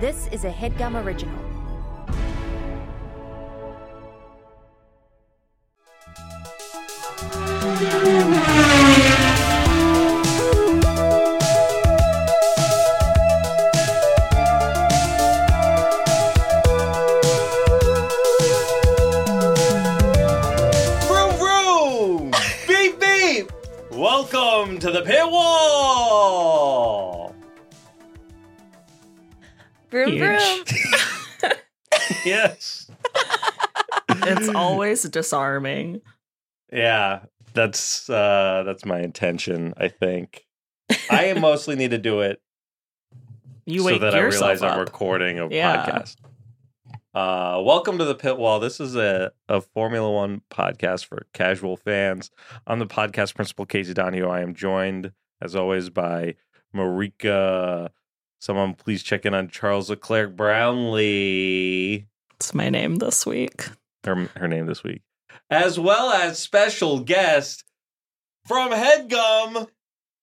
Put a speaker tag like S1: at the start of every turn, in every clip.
S1: This is a headgum original.
S2: Vroom vroom! beep beep! Welcome to the pit wall!
S1: Vroom, vroom.
S2: Yes.
S3: It's always disarming.
S2: Yeah, that's uh that's my intention, I think. I mostly need to do it
S3: You
S2: so
S3: wake
S2: that I
S3: yourself
S2: realize
S3: up.
S2: I'm recording a
S3: Yeah.
S2: podcast. Uh, welcome to the Pit Wall. This is a, a Formula One podcast for casual fans. I'm the podcast principal, Casey Donahue. I am joined, as always, by Marika. Someone please check in on Charles Leclerc Brownlee,
S3: It's my name this week.
S2: her, her name this week, as well as special guest from Headgum,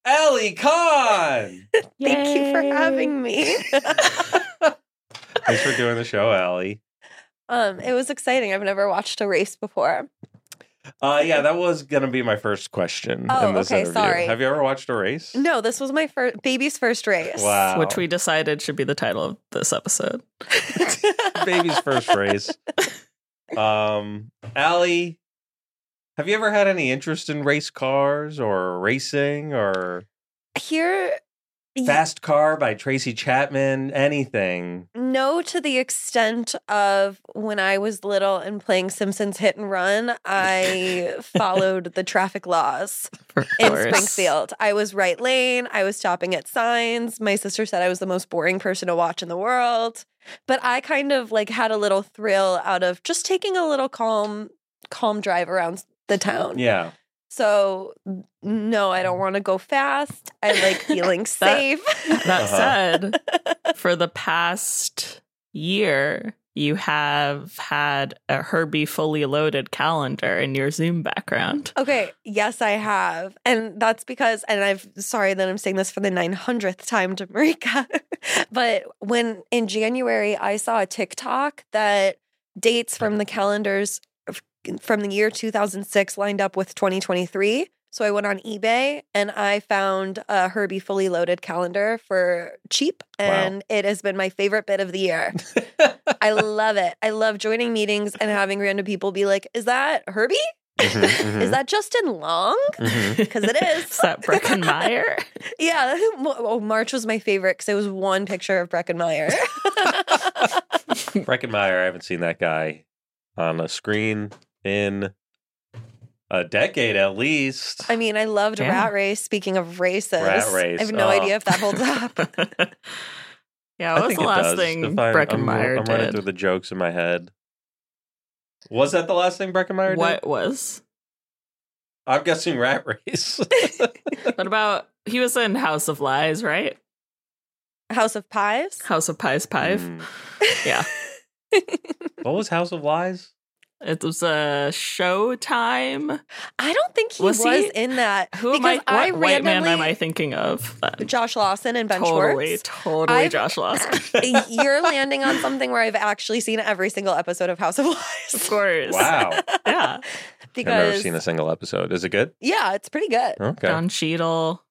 S2: Ali Khan.
S4: Thank you for
S3: Yay.
S4: having me.
S2: Thanks for doing the show, Ali.
S4: um, it was exciting. I've never watched a race before.
S2: Uh, yeah, that was gonna be my first question.
S4: Oh,
S2: in this
S4: okay,
S2: interview.
S4: sorry.
S2: Have you ever watched a race?
S4: No, this was my first baby's first race.
S2: Wow.
S3: Which we decided should be the title of this episode.
S2: baby's first race. Um, Allie, have you ever had any interest in race cars or racing or
S4: Here, y-
S2: Fast Car by Tracy Chapman? Anything?
S4: no, to the extent of when I was little and playing Simpsons Hit and Run, I followed the traffic laws
S3: For
S4: in
S3: course.
S4: Springfield. I was right lane. I was stopping at signs. My sister said I was the most boring person to watch in the world. But I kind of like had a little thrill out of just taking a little calm, calm drive around the town.
S2: Yeah.
S4: So no, I don't want to go fast. I like feeling safe.
S3: That
S2: Uh-huh.
S3: said, for the past year, you have had a Herbie fully loaded calendar in your Zoom background.
S4: okay, yes, I have. And that's because and I've sorry that I'm saying this for the 900th time to Marika. but when in January I saw a TikTok that dates from the calendars of- from the year 2006 lined up with 2023. So I went on eBay and I found a Herbie fully loaded calendar for cheap and it has been my favorite bit of the year. I love it. I love joining meetings and having random people be like, "Is that Herbie?
S2: Mhm, mhm,
S4: Is that Justin Long?"
S2: mhm.
S4: Because it
S3: Is
S4: is.
S3: that Breckenmeyer?
S4: yeah. Oh, March was my favorite because it was one picture of Breckenmeyer.
S2: Breckenmeyer, I haven't seen that guy on a screen in a decade at least.
S4: I mean, I loved
S3: Yeah.
S4: Rat Race. Speaking of races,
S2: Rat Race,
S4: I have no
S2: oh.
S4: idea if that holds up.
S3: yeah, what was the last thing
S2: If I'm- I'm-
S3: Breckenmeyer
S2: I'm, running through
S3: did?
S2: the jokes in my head. Was that the last thing Breckenmeyer did?
S3: What was?
S2: I'm guessing Rat Race.
S3: What about? He was in House of Lies, right?
S4: House of Pies.
S3: House of Pies Pive.
S2: Hmm.
S3: Yeah.
S2: What was House of Lies?
S3: It was a Showtime.
S4: I don't think he
S3: Was
S4: was,
S3: he?
S4: in that.
S3: Who am I? What
S4: I
S3: white man am
S4: randomly-
S3: I thinking of? That-
S4: Josh Lawson and Ben
S3: totally,
S4: Schwartz.
S3: totally
S4: I've-
S3: Josh Lawson.
S4: You're landing on something where I've actually seen every single episode of House of Lies.
S3: Of course.
S2: Wow.
S3: Yeah.
S4: because
S2: I've never seen a single episode. Is it good?
S4: yeah, it's pretty good.
S2: Okay.
S3: Don Cheadle,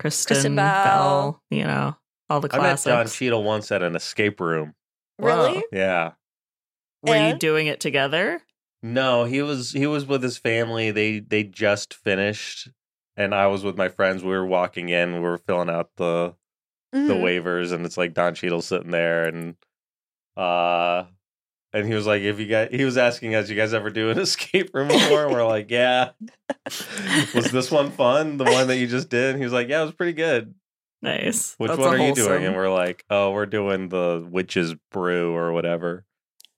S3: Kristen,
S4: Kristen
S3: Bell.
S4: Bell.
S3: you know, all the
S2: I met
S3: classics.
S2: Don Cheadle once at an escape room.
S3: Wow.
S4: Really?
S2: Yeah.
S3: Were you
S4: And-
S3: doing it together?
S2: No, he was he was with his family. They they just finished and I was with my friends. We were walking in, we were filling out the the
S4: Mhm.
S2: waivers and it's like Don Cheadle sitting there and uh and he was like, if you guys he was asking us, you guys ever do an escape room before? And we're like, Yeah.
S4: Mm.
S2: Was this one fun? The one that you just did? And he was like, Yeah, it was pretty good.
S3: Nice.
S2: Which
S3: That's
S2: one
S3: a
S2: are you doing?
S3: wholesome-
S2: And we're like, Oh, we're doing the witch's brew or whatever.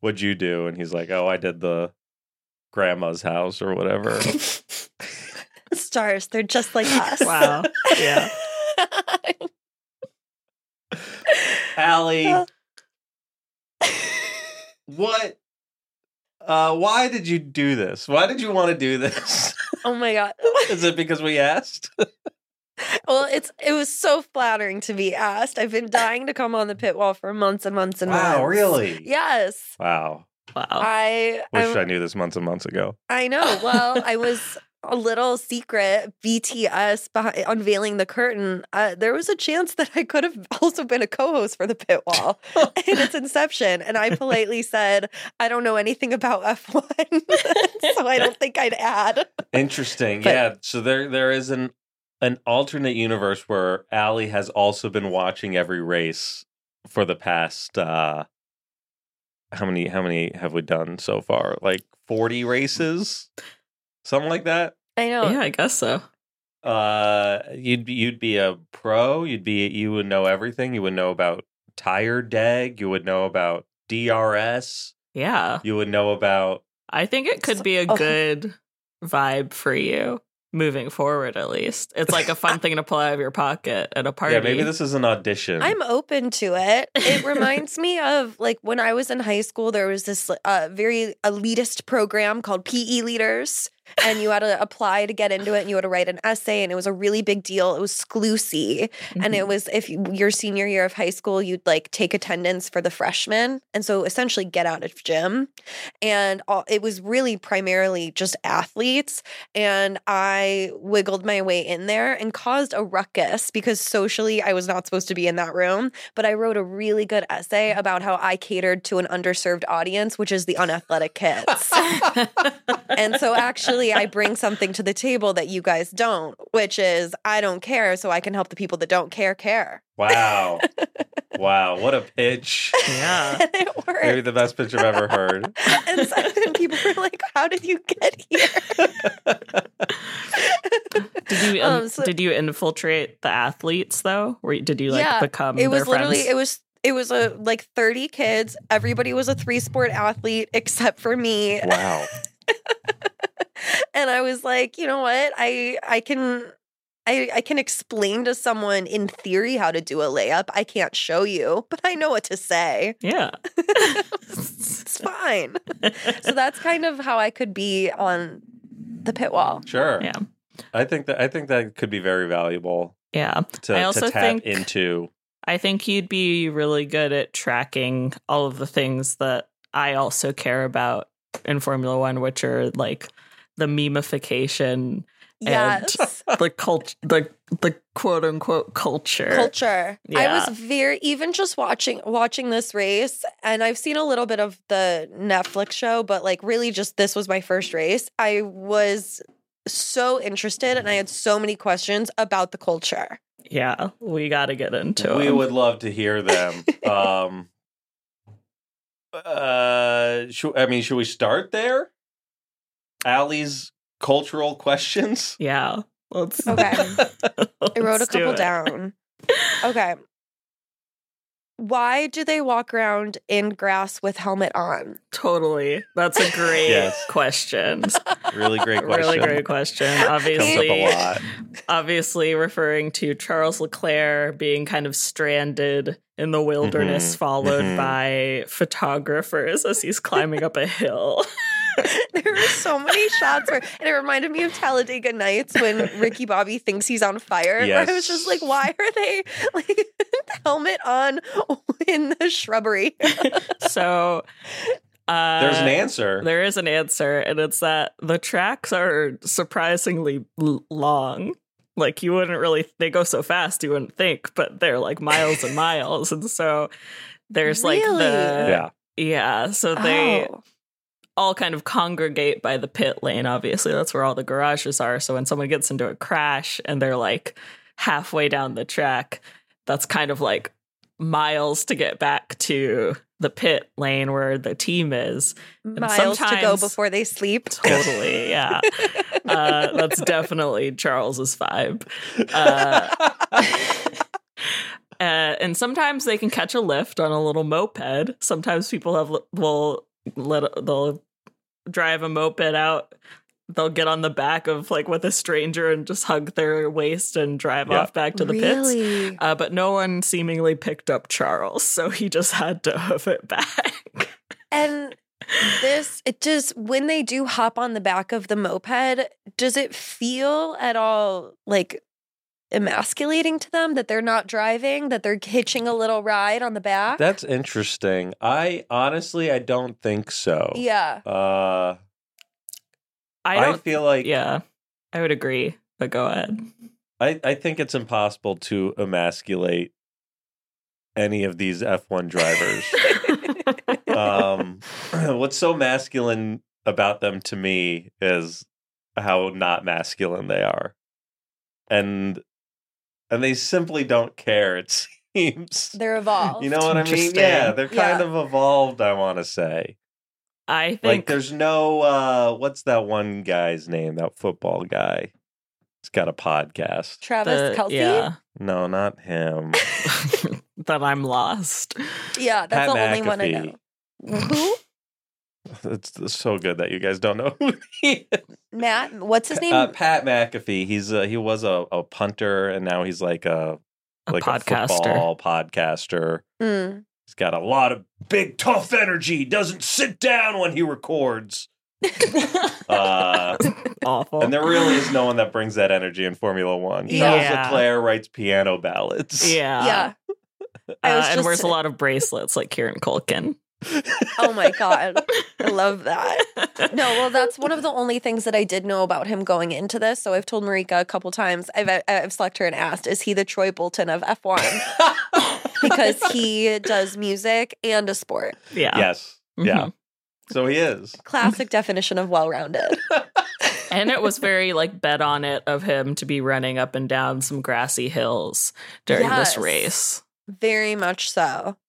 S2: What'd you do? And he's like, Oh, I did the grandma's house or whatever.
S4: Stars, they're just like us.
S3: wow. Yeah.
S2: Allie, what uh why did you do this? Why did you want to do this?
S4: oh my god.
S2: Is it because we asked?
S4: Well, it's it was so flattering to be asked. I've been dying to come on the pit wall for months and months and months.
S5: wow, really?
S4: Yes.
S2: Wow.
S3: Wow.
S4: I
S2: Wish
S4: I'm-
S2: I knew this months and months ago.
S4: I know. Well, I was a little secret BTS behind, unveiling the curtain. Uh, there was a chance that I could have also been a co-host for the pit wall in its inception, and I politely said I don't know anything about F one, so I don't think I'd add.
S2: Interesting.
S4: But-
S2: yeah. So there there is an an alternate universe where Allie has also been watching every race for the past uh how many how many have we done so far? Like 40 races? Something like that?
S4: I know.
S3: Yeah, I guess so.
S2: Uh you'd be you'd be a pro, you'd be you would know everything. You would know about tire deg, you would know about DRS,
S3: Yeah.
S2: you would know about
S3: I think it could be a
S4: Oh.
S3: good vibe for you moving forward, at least. It's like a fun thing to pull out of your pocket at a party.
S2: Yeah, maybe this is an audition.
S4: I'm open to it. It reminds me of like when I was in high school, there was this uh, very elitist program called PE Leaders, and you had to apply to get into it and you had to write an essay, and it was a really big deal. It was SCLUSY. And
S3: Mm-hmm.
S4: it was if you- your senior year of high school, you'd like take attendance for the freshmen. And so essentially get out of gym. And all, it was really primarily just athletes. And I wiggled my way in there and caused a ruckus because socially I was not supposed to be in that room. But I wrote a really good essay about how I catered to an underserved audience, which is the unathletic kids. and so actually I bring something to the table that you guys don't, which is I don't care, so I can help the people that don't care care.
S2: Wow. wow. What a pitch.
S3: yeah.
S4: And it worked.
S2: Maybe the best pitch I've ever heard.
S4: and, so, and people were like, How did you get here?
S3: Did you um,
S4: Um, so-
S3: did you infiltrate the athletes though? Were you, did you like
S4: Yeah,
S3: become
S4: it was
S3: their
S4: literally
S3: Mm, friends?
S4: it was it was a like 30 kids everybody was a three sport athlete except for me
S2: Wow.
S4: and i was like you know what i i can I, I can explain to someone in theory how to do a layup. I can't show you, but I know what to say.
S3: yeah.
S4: It's fine. so that's kind of how I could be on the pit wall.
S2: Sure.
S3: Yeah.
S2: I think that I think that could be very valuable
S3: yeah.
S2: to,
S3: I
S2: to
S3: also
S2: tap
S3: think-
S2: into.
S3: I think you'd be really good at tracking all of the things that I also care about in Formula 1 which are like the memification, And-
S4: Yes.
S3: the cult the the quote unquote culture.
S4: culture. I
S3: Yeah.
S4: was very even just watching watching this race, and I've seen a little bit of the Netflix show, but like really just this was my first race. I was so interested and I had so many questions about the culture.
S3: Yeah, we got to get into
S2: we
S3: it.
S2: would love to hear them. um uh should, I mean, should we start there? Allie's cultural questions?
S3: yeah. Let's
S4: Okay. I wrote a
S3: let's do
S4: couple
S3: it.
S4: down. Okay. Why do they walk around in grass with helmet on?
S3: Totally. That's a great
S2: Yes.
S3: question.
S2: Really great question.
S3: Really great question.
S2: Comes up
S3: Obviously,
S2: a lot.
S3: obviously referring to Charles Leclerc being kind of stranded in the wilderness,
S2: Mhm.
S3: followed
S2: Mhm.
S3: by photographers as he's climbing up a hill.
S4: There were so many shots where, and it reminded me of Talladega Nights when Ricky Bobby thinks he's on fire. Where I was just like,
S2: Yes.
S4: why are they like helmet on in the shrubbery?
S3: So uh,
S2: There's an answer.
S3: There is an answer, and it's that the tracks are surprisingly l- long. Like you wouldn't really, they go so fast you wouldn't think, but they're like miles and miles, and so there's like
S4: Really?
S3: the
S2: yeah.
S3: yeah. so they
S4: Oh.
S3: all kind of congregate by the pit lane. Obviously, that's where all the garages are. So when someone gets into a crash and they're like halfway down the track, that's kind of like miles to get back to the pit lane where the team is.
S4: miles to go
S3: sometimes-
S4: before they sleep.
S3: Totally, yeah. Uh, that's definitely Charles's vibe. Uh, uh, and sometimes they can catch a lift on a little moped. Sometimes people have will let they'll drive a moped out. They'll get on the back of like with a stranger and just hug their waist and drive
S2: Yeah.
S3: off back to the pits.
S4: really?
S3: Uh, but no one seemingly picked up Charles, so he just had to hoof it back.
S4: And this, it just, when they do hop on the back of the moped, does it feel at all like emasculating to them that they're not driving, that they're hitching a little ride on the back.
S2: That's interesting. I honestly, I don't think so.
S4: yeah.
S2: Uh,
S3: I
S2: I,
S3: don't.
S2: feel like
S3: yeah, I would agree. But go ahead.
S2: I, I think it's impossible to emasculate any of these F1 drivers. um, what's so masculine about them to me is how not masculine they are, and and they simply don't care. It seems.
S4: They're evolved.
S2: You know what I mean?
S3: Interesting.
S2: Yeah, they're kind
S4: Yeah.
S2: of evolved. I want to say,
S3: I
S2: like,
S3: think
S2: there's no uh, what's that one guy's name? That football guy. He's got a podcast.
S4: Travis
S3: the-
S4: Kelsey.
S3: Yeah,
S2: No, not him.
S3: that I'm lost.
S4: Yeah, that's
S2: Pat
S4: the only one I know.
S2: McAfee.
S4: Who?
S2: It's so good that you guys don't know who he is.
S4: Matt? What's his name?
S2: Uh, Pat McAfee. He's a, he was a, a punter, and now he's like a
S3: A
S2: like a
S3: podcaster.
S2: football podcaster.
S4: Mm.
S2: He's got a lot of big, tough energy. Doesn't sit down when he records. Uh,
S3: Awful.
S2: and there really is no one that brings that energy in Formula One. Charles
S3: Yeah.
S2: Leclerc writes piano ballads.
S3: Yeah.
S4: yeah. I
S3: Uh,
S4: was
S3: and
S4: just-
S3: wears a lot of bracelets like Kieran Culkin.
S4: Oh my god. I love that. No, well, that's one of the only things that I did know about him going into this. So I've told Marika a couple times. I've I've slept her and asked, "Is he the Troy Bolton of F1?" Because he does music and a sport.
S3: Yeah.
S2: Yes. Yeah.
S3: Mhm.
S2: So he is.
S4: Classic definition of well-rounded.
S3: And it was very like bet on it of him to be running up and down some grassy hills during
S4: Yes.
S3: this race.
S4: Very much so.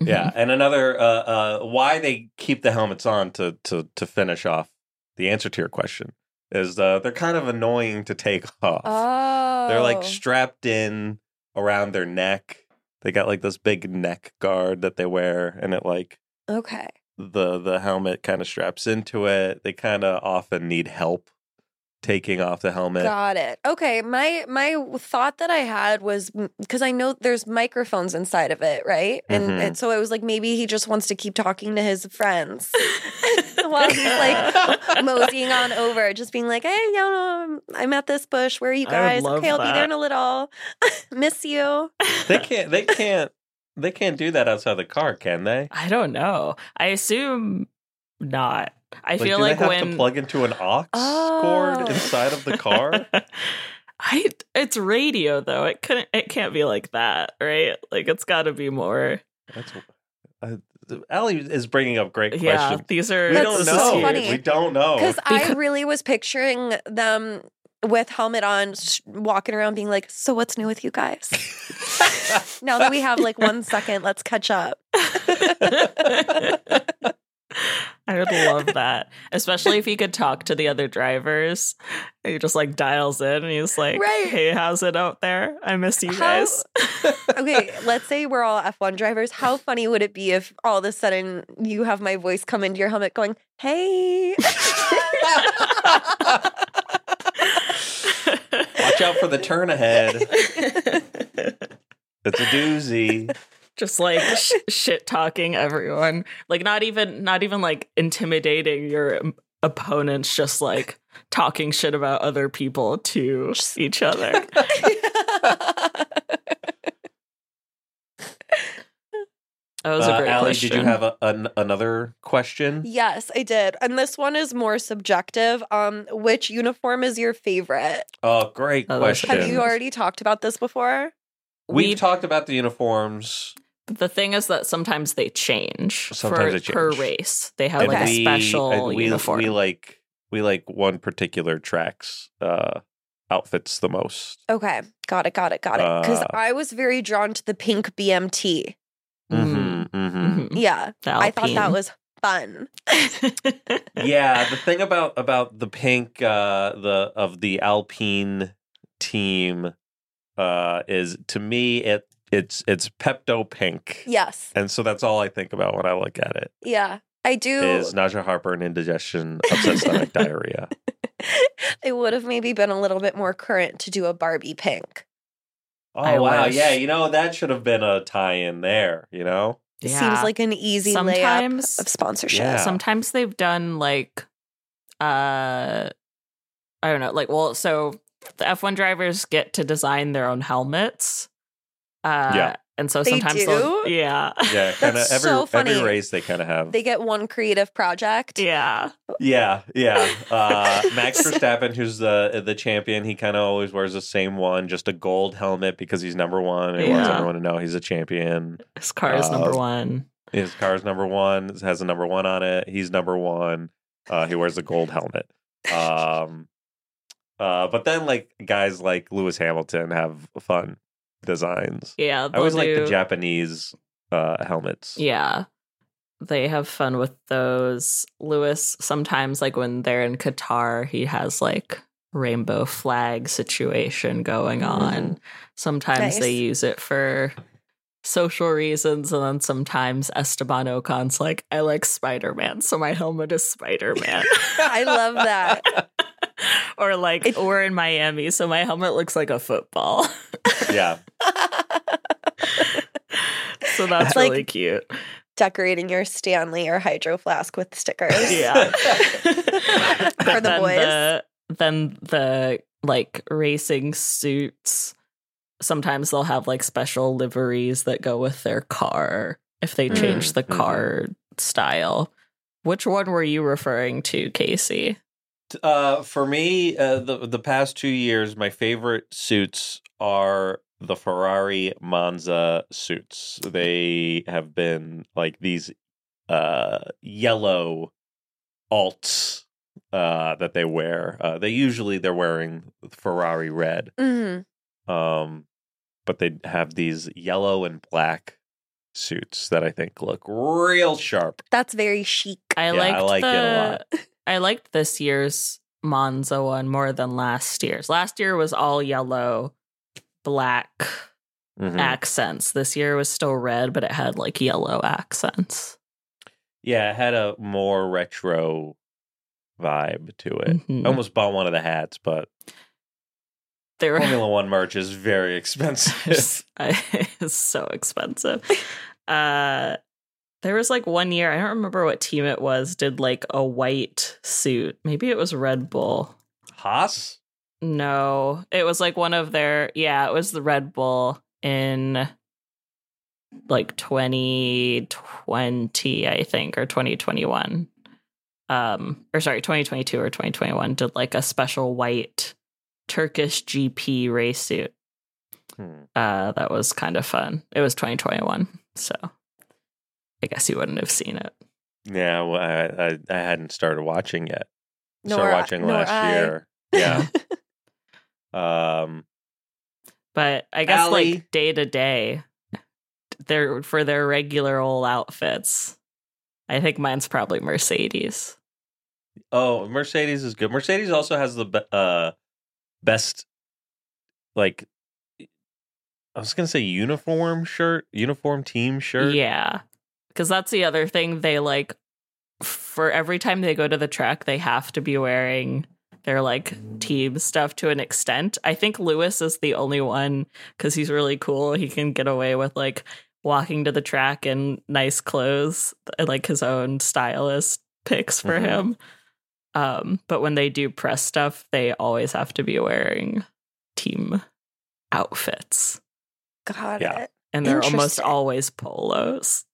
S2: Yeah,
S4: Mm-hmm.
S2: and another uh, uh, why they keep the helmets on to to to finish off the answer to your question is uh, they're kind of annoying to take off.
S4: Oh.
S2: They're like strapped in around their neck. They got like this big neck guard that they wear, and it like
S4: Okay.
S2: the the helmet kind of straps into it. They kind of often need help taking off the helmet.
S4: Got it. Okay, my my thought that I had was because I know there's microphones inside of it, right? And,
S3: Mm-hmm.
S2: Mhm.
S4: and so it was like maybe he just wants to keep talking to his friends while he's like moseying on over, just being like, "Hey, you know, I'm, I'm at this bush. Where are you
S3: I would
S4: guys?
S3: love
S4: Okay, I'll be there
S3: that. Oh,
S4: in a little. Miss you."
S2: They can't. They can't. They can't do that outside the car, can they?
S3: I don't know. I assume not. I
S2: Like,
S3: feel
S2: do
S3: like
S2: they have
S3: when
S2: to plug into an aux
S4: Oh.
S2: cord inside of the car.
S3: I it's radio though. It couldn't it can't be like that, right? Like it's got to be more.
S2: That's uh, Allie is bringing up great
S3: yeah,
S2: questions.
S3: these are
S2: We
S4: That's
S2: don't
S3: this is
S4: so
S2: know.
S3: huge.
S4: funny.
S2: We don't know.
S4: Because I
S3: Because-
S4: really was picturing them with helmet on, sh- walking around, being like, "So what's new with you guys?" now that we have like one second, let's catch up.
S3: I would love that, especially if he could talk to the other drivers. He just like dials in and he's like,
S4: Right.
S3: "Hey, how's it out there? I miss you
S4: How-
S3: guys."
S4: Okay, let's say we're all F1 drivers. How funny would it be if all of a sudden you have my voice come into your helmet going, hey?
S2: Watch out for the turn ahead. It's a doozy.
S3: just like sh- shit talking everyone like not even not even like intimidating your um, opponents just like talking shit about other people to each other that was a
S2: Uh,
S3: great
S2: Allie,
S3: question
S2: did you have a, an, another question?
S4: yes, I did. And this one is more subjective. Um, which uniform is your favorite?
S2: Oh, great
S3: Oh, that's a
S2: question.
S4: Have you already talked about this before?
S2: We've
S3: We-
S2: talked about the uniforms.
S3: the thing is that sometimes they change
S2: Sometimes
S3: for,
S2: they
S3: per
S2: change.
S3: race they have
S2: and
S3: like
S2: we-
S3: a special
S2: and we,
S3: uniform
S2: We like we like one particular track's uh, outfits the most.
S4: Okay, got it, got it, got it. Because
S2: Uh.
S4: I was very drawn to the pink BMT.
S3: Mhm.
S2: Mhm, mhm.
S3: Mhm.
S4: Yeah,
S3: The
S4: I thought that
S3: Alpine.
S4: was fun.
S2: yeah the thing about about the pink uh the of the alpine team uh is to me it it's it's pepto pink
S4: Yes,
S2: and so that's all i think about when i look at it
S4: yeah, I do.
S2: is nausea heartburn indigestion upset stomach diarrhea
S4: it would have maybe been a little bit more current to do a Barbie pink.
S2: oh
S3: I
S2: wow
S3: wish.
S2: yeah you know that should have been a tie-in there you know
S4: It
S3: Yeah.
S4: Seems like an easy layup
S3: sometimes
S4: of sponsorship.
S2: Yeah.
S3: sometimes they've done like uh i don't know like well so the F1 drivers get to design their own helmets. Uh,
S2: Yeah.
S3: And so
S4: They
S3: sometimes
S4: do?
S3: they'll, yeah.
S2: Yeah, kind of
S4: That's
S2: every
S4: so funny.
S2: every race they kind of have.
S4: They get one creative project.
S3: Yeah.
S2: yeah, yeah. Uh, Max Verstappen, who's the the champion, he kind of always wears the same one, just a gold helmet because he's number one and he wants
S3: Yeah.
S2: everyone to know he's a champion.
S3: This car is number
S2: Uh,
S3: one.
S2: His car's number one, it has a number one on it. He's number one. Uh, he wears a gold helmet. Um, uh, but then like guys like Lewis Hamilton have fun designs.
S3: Yeah.
S2: I always
S3: they'll
S2: like the
S3: do-
S2: Japanese uh, helmets.
S3: Yeah. They have fun with those. Lewis, sometimes, like when they're in Qatar, he has like rainbow flag situation going on. Sometimes
S4: Mm. Nice.
S3: they use it for social reasons. And then sometimes Esteban Ocon's like, I like Spider Man. So my helmet is Spider Man.
S4: I love that.
S3: or like,
S4: It-
S3: we're in Miami. So my helmet looks like a football.
S2: Yeah.
S3: so that's
S4: Like-
S3: really cute.
S4: Decorating your Stanley or hydro flask with stickers.
S3: Yeah.
S4: For the
S3: then
S4: boys.
S3: The, then the like racing suits. Sometimes they'll have like special liveries that go with their car if
S4: Mm.
S3: they change the
S2: Mhm.
S3: car style. Which one were you referring to, Casey?
S2: Uh, for me, uh, the the past two years, my favorite suits are the Ferrari Monza suits. They have been like these uh, yellow alts uh, that they wear. Uh, they usually they're wearing Ferrari red,
S4: Mhm.
S2: um, but they have these yellow and black suits that I think look real sharp.
S4: That's very chic.
S3: I
S2: Yeah, I
S3: liked
S2: like it a
S3: the-
S2: lot.
S3: I liked this year's Monza one more than last year's. Last year was all yellow, black
S2: Mhm.
S3: Mm-hmm. accents. This year was still red, but it had like yellow accents.
S2: Yeah, it had a more retro vibe to it.
S3: Mhm.
S2: I almost bought one of the hats, but
S3: They were
S2: Formula One merch is very expensive.
S3: It's- it's so expensive. Uh, there was like one year, I don't remember what team it was, did like a white suit. Maybe it was Red Bull.
S2: Haas?
S3: No, it was like one of their, yeah, it was the Red Bull in like 2020, I think, or 2021. Um, or sorry, 2022 or 2021 did like a special white Turkish GP race suit
S2: Hmm.
S3: uh, that was kind of fun. It was 2021, so I guess you wouldn't have seen it.
S2: Yeah, well, I, I, I hadn't started watching yet.
S4: Nor
S2: started
S4: I-
S2: watching
S4: nor
S2: last
S4: I.
S2: year. Yeah. um,
S3: But I guess
S2: Allie.
S3: like day to day, they're for their regular old outfits. I think mine's probably Mercedes.
S2: oh, Mercedes is good. Mercedes also has the be- uh, best, like, I was going to say uniform shirt, uniform team shirt.
S3: Yeah, because that's the other thing they like. For every time they go to the track, they have to be wearing their like team stuff to an extent. I think Lewis is the only one because he's really cool. He can get away with like walking to the track in nice clothes, and, like his own stylist picks for
S2: Mhm.
S3: him. Um, but when they do press stuff, they always have to be wearing team outfits,
S4: Got
S2: Yeah.
S4: it.
S3: and they're almost
S4: Interesting.
S3: always polos.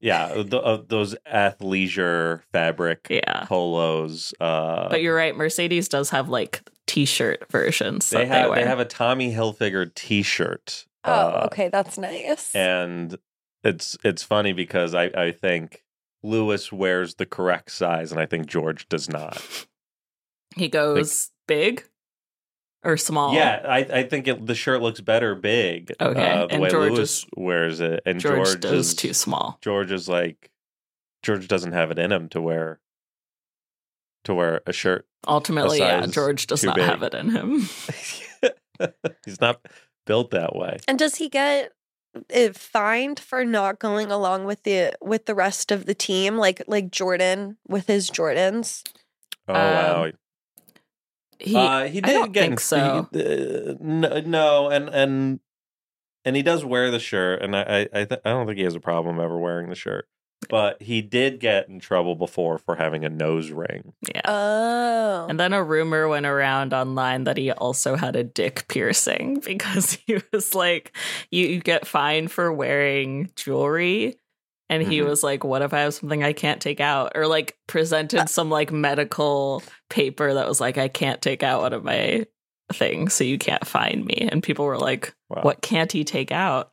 S2: Yeah, th- uh, those athleisure fabric
S3: Yeah.
S2: polos. Uh,
S3: But you're right. Mercedes does have like t-shirt versions
S2: they
S3: that
S2: have
S3: they wear.
S2: they have a Tommy Hilfiger T-shirt.
S4: Oh,
S2: uh,
S4: okay. That's nice.
S2: And it's it's funny because I I think Lewis wears the correct size, and I think George does not.
S3: he goes big or small.
S2: Yeah, I I think it, the shirt looks better big.
S3: Okay,
S2: uh, the
S3: and
S2: way
S3: George
S2: Lewis
S3: is-
S2: wears it, and
S3: George,
S2: George,
S3: does
S2: is,
S3: too small.
S2: George is like George doesn't have it in him to wear to wear a shirt
S3: Ultimately, yeah,
S2: size
S3: George does
S2: too
S3: not
S2: big.
S3: have it in him.
S2: He's not built that way.
S4: And does he get uh, fined for not going along with the with the rest of the team, like like Jordan with his Jordans?
S2: Oh
S3: Um, He,
S2: wow. Uh, he
S3: I
S2: did
S3: don't
S2: get
S3: think so.
S2: he- uh, no, no, and and and he does wear the shirt, and I I I, th- I don't think he has a problem ever wearing the shirt. But he did get in trouble before for having a nose ring.
S3: Yeah.
S4: Oh.
S3: And then a rumor went around online that he also had a dick piercing because he was like, you, you get fined for wearing jewelry. And he
S2: Mhm.
S3: was like, what if I have something I can't take out? Or like presented some like medical paper that was like, I can't take out one of my things, so you can't find me. And people were like,
S2: Wow.
S3: what can't he take out?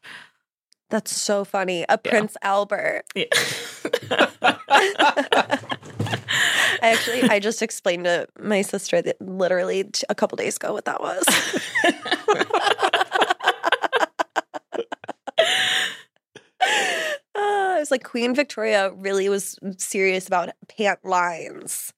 S4: That's so funny. A
S3: Yeah.
S4: Prince Albert.
S3: Yeah.
S4: Actually, I just explained to my sister that literally t- a couple days ago what that was. Uh, it was like Queen Victoria really was serious about pant lines.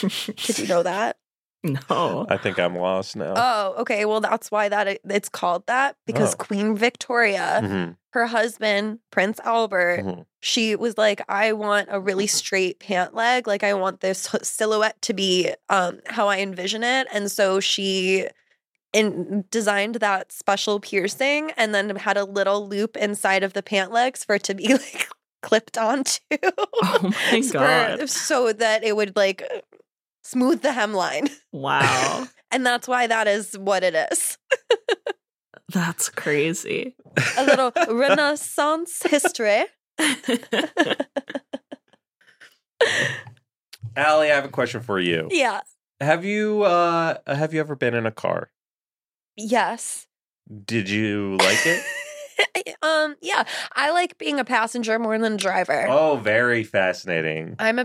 S4: Did you know that?
S3: no.
S2: I think I'm lost now.
S4: Oh, okay. Well, that's why that it's called that because
S2: Oh.
S4: Queen Victoria,
S2: Mhm,
S4: her husband Prince Albert,
S2: mhm.
S4: she was like, I want a
S3: Mm-hmm.
S4: really straight pant leg. Like, I want this h- silhouette to be um, how I envision it. And so she in, designed that special piercing and then had a little loop inside of the pant legs for it to be like clipped onto.
S3: Oh my
S4: for-
S3: god.
S4: so that it would like smooth the hemline.
S3: Wow.
S4: And that's why that is what it is
S3: That's crazy.
S2: mm-hmm.
S4: a little Renaissance history.
S2: Allie, I have a question for you.
S4: Yeah.
S2: Have you uh have you ever been in a car?
S4: Yes.
S2: Did you like it?
S4: um yeah i like being a passenger more than a driver
S2: oh, very fascinating.
S4: i'm a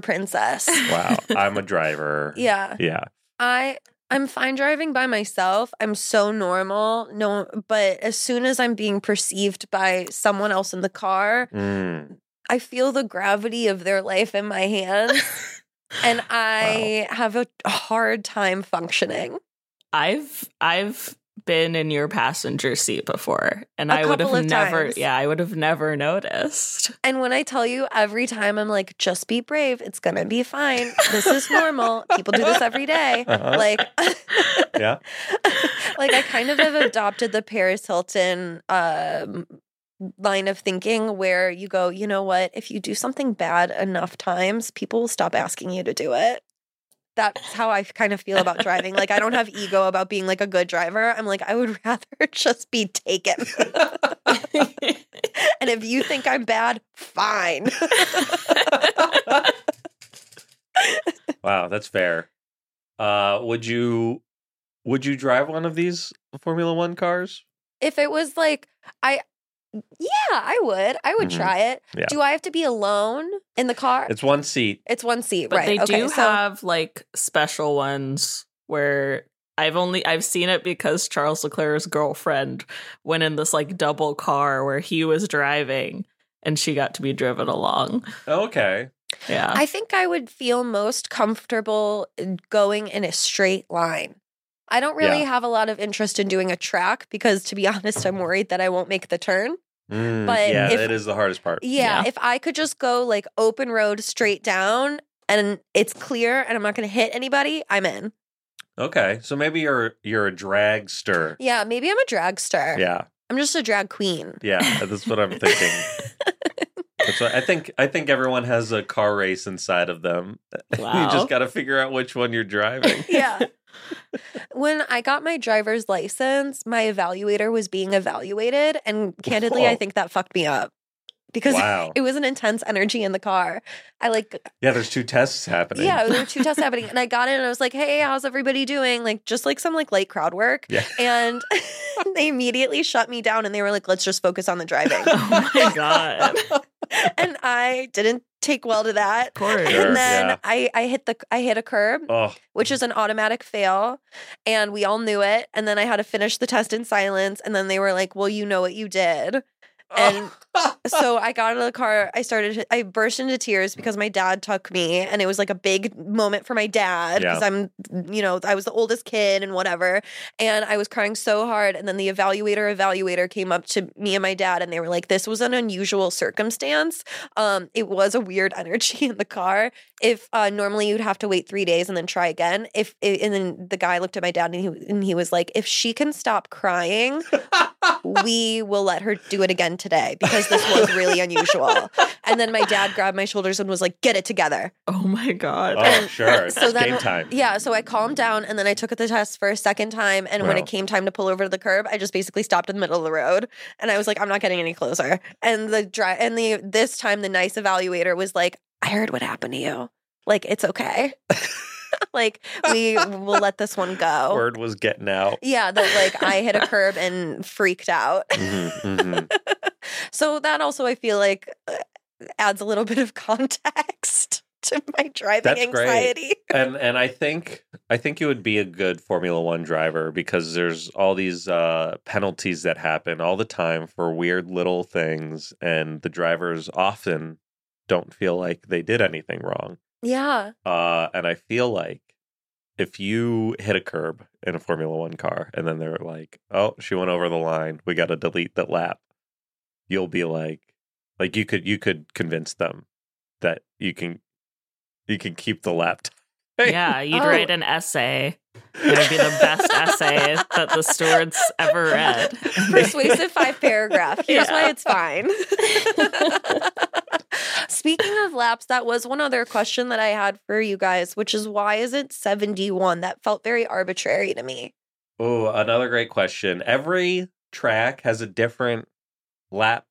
S4: princess
S2: Wow. I'm a driver.
S4: yeah
S2: Yeah.
S4: i i'm fine driving by myself i'm so normal no but as soon as i'm being perceived by someone else in the car
S2: Mm.
S4: i feel the gravity of their life in my hands and i have a hard time functioning
S3: I've I've been in your passenger seat before and
S4: A
S3: I would
S4: couple
S3: have
S4: of
S3: never
S4: times.
S3: yeah, I would have never noticed.
S4: and when i tell you every time i'm like just be brave it's gonna be fine this is normal people do this every day
S2: Uh-huh.
S4: like
S2: Yeah.
S4: like I kind of have adopted the Paris Hilton um, line of thinking where you go, you know what? If you do something bad enough times, people will stop asking you to do it. That's how I kind of feel about driving. Like I don't have ego about being like a good driver. I'm like I would rather just be taken. and if you think I'm bad, fine.
S2: Wow, that's fair. Uh would you would you drive one of these Formula 1 cars?
S4: if it was like I yeah, I would. I would
S2: Mhm.
S4: try it.
S2: Yeah.
S4: Do I have to be alone in the car?
S2: It's one seat.
S4: It's one seat,
S3: But
S4: right?
S3: they
S4: okay,
S3: do
S4: so
S3: have like special ones where I've only I've seen it because Charles Leclerc's girlfriend went in this like double car where he was driving and she got to be driven along.
S2: Okay.
S3: Yeah.
S4: I think I would feel most comfortable going in a straight line. I don't really
S2: Yeah.
S4: have a lot of interest in doing a track because, to be honest, I'm worried that I won't make the turn.
S2: Mm,
S4: But
S2: yeah,
S4: if-
S2: that is the hardest part.
S4: Yeah,
S3: Yeah.
S4: if I could just go like open road straight down and it's clear and I'm not going to hit anybody, I'm in.
S2: Okay. So maybe you're you're a dragster.
S4: Yeah, maybe I'm a dragster.
S2: Yeah.
S4: I'm just a drag queen.
S2: Yeah, that's what I'm thinking. That's what, I think I think everyone has a car race inside of them.
S3: wow.
S2: You just got to figure out which one you're driving.
S4: yeah. When I got my driver's license, my evaluator was being evaluated. And candidly, I
S2: Whoa.
S4: think that fucked me up because
S2: Wow.
S4: it was an intense energy in the car. I like,
S2: Yeah, there's two tests happening.
S4: yeah, there were two tests happening. And I got in and I was like, hey, how's everybody doing? Like, just like some like light crowd work.
S2: Yeah.
S4: And they immediately shut me down and they were like, let's just focus on the driving.
S3: oh my god. Of
S4: and I didn't take well to that.
S3: course.
S2: Sure,
S4: And then
S2: yeah.
S4: I, I hit the I hit a curb
S2: Oh,
S4: which is an automatic fail. And we all knew it. And then I had to finish the test in silence. And then they were like, well, you know what you did. And so I got out of the car. I started, I burst into tears because my dad took me. And it was like a big moment for my dad
S2: Yeah.
S4: because I'm, you know, I was the oldest kid and whatever. And I was crying so hard. And then the evaluator evaluator came up to me and my dad. And they were like, this was an unusual circumstance. Um, it was a weird energy in the car if uh, normally you'd have to wait three days and then try again if and then the guy looked at my dad and he, and he was like if she can stop crying we will let her do it again today because this was really unusual And then my dad grabbed my shoulders and was like, get it together.
S3: Oh my god.
S2: Oh, sure.
S4: So
S2: it's
S4: then-
S2: game time.
S4: Yeah. So I calmed down and then I took the test for a second time. And when
S2: Wow.
S4: it came time to pull over to the curb, I just basically stopped in the middle of the road and I was like, I'm not getting any closer. And the dry and the this time the nice evaluator was like, I heard what happened to you. Like, it's okay. like, we will let this one go.
S2: Word was getting out.
S4: Yeah, that like I hit a curb and freaked out.
S2: Mhm, mhm.
S4: So that also I feel like uh, adds a little bit of context to my driving
S2: That's great.
S4: anxiety.
S2: And and I think I think you would be a good Formula One driver because there's all these uh, penalties that happen all the time for weird little things, and the drivers often don't feel like they did anything wrong.
S4: Yeah.
S2: Uh, and I feel like if you hit a curb in a Formula One car and then they're like, oh, she went over the line, we got to delete that lap, you'll be like, like you could you could convince them that you can you can keep the lap.
S3: Yeah, you'd
S4: Oh.
S3: write an essay. It would be the best essay that the stewards ever read.
S4: Persuasive five paragraph. Here's
S3: Yeah.
S4: why it's fine. Speaking of laps, that was one other question that I had for you guys, which is why is it 71? That felt very arbitrary to me.
S2: Oh, another great question. Every track has a different lap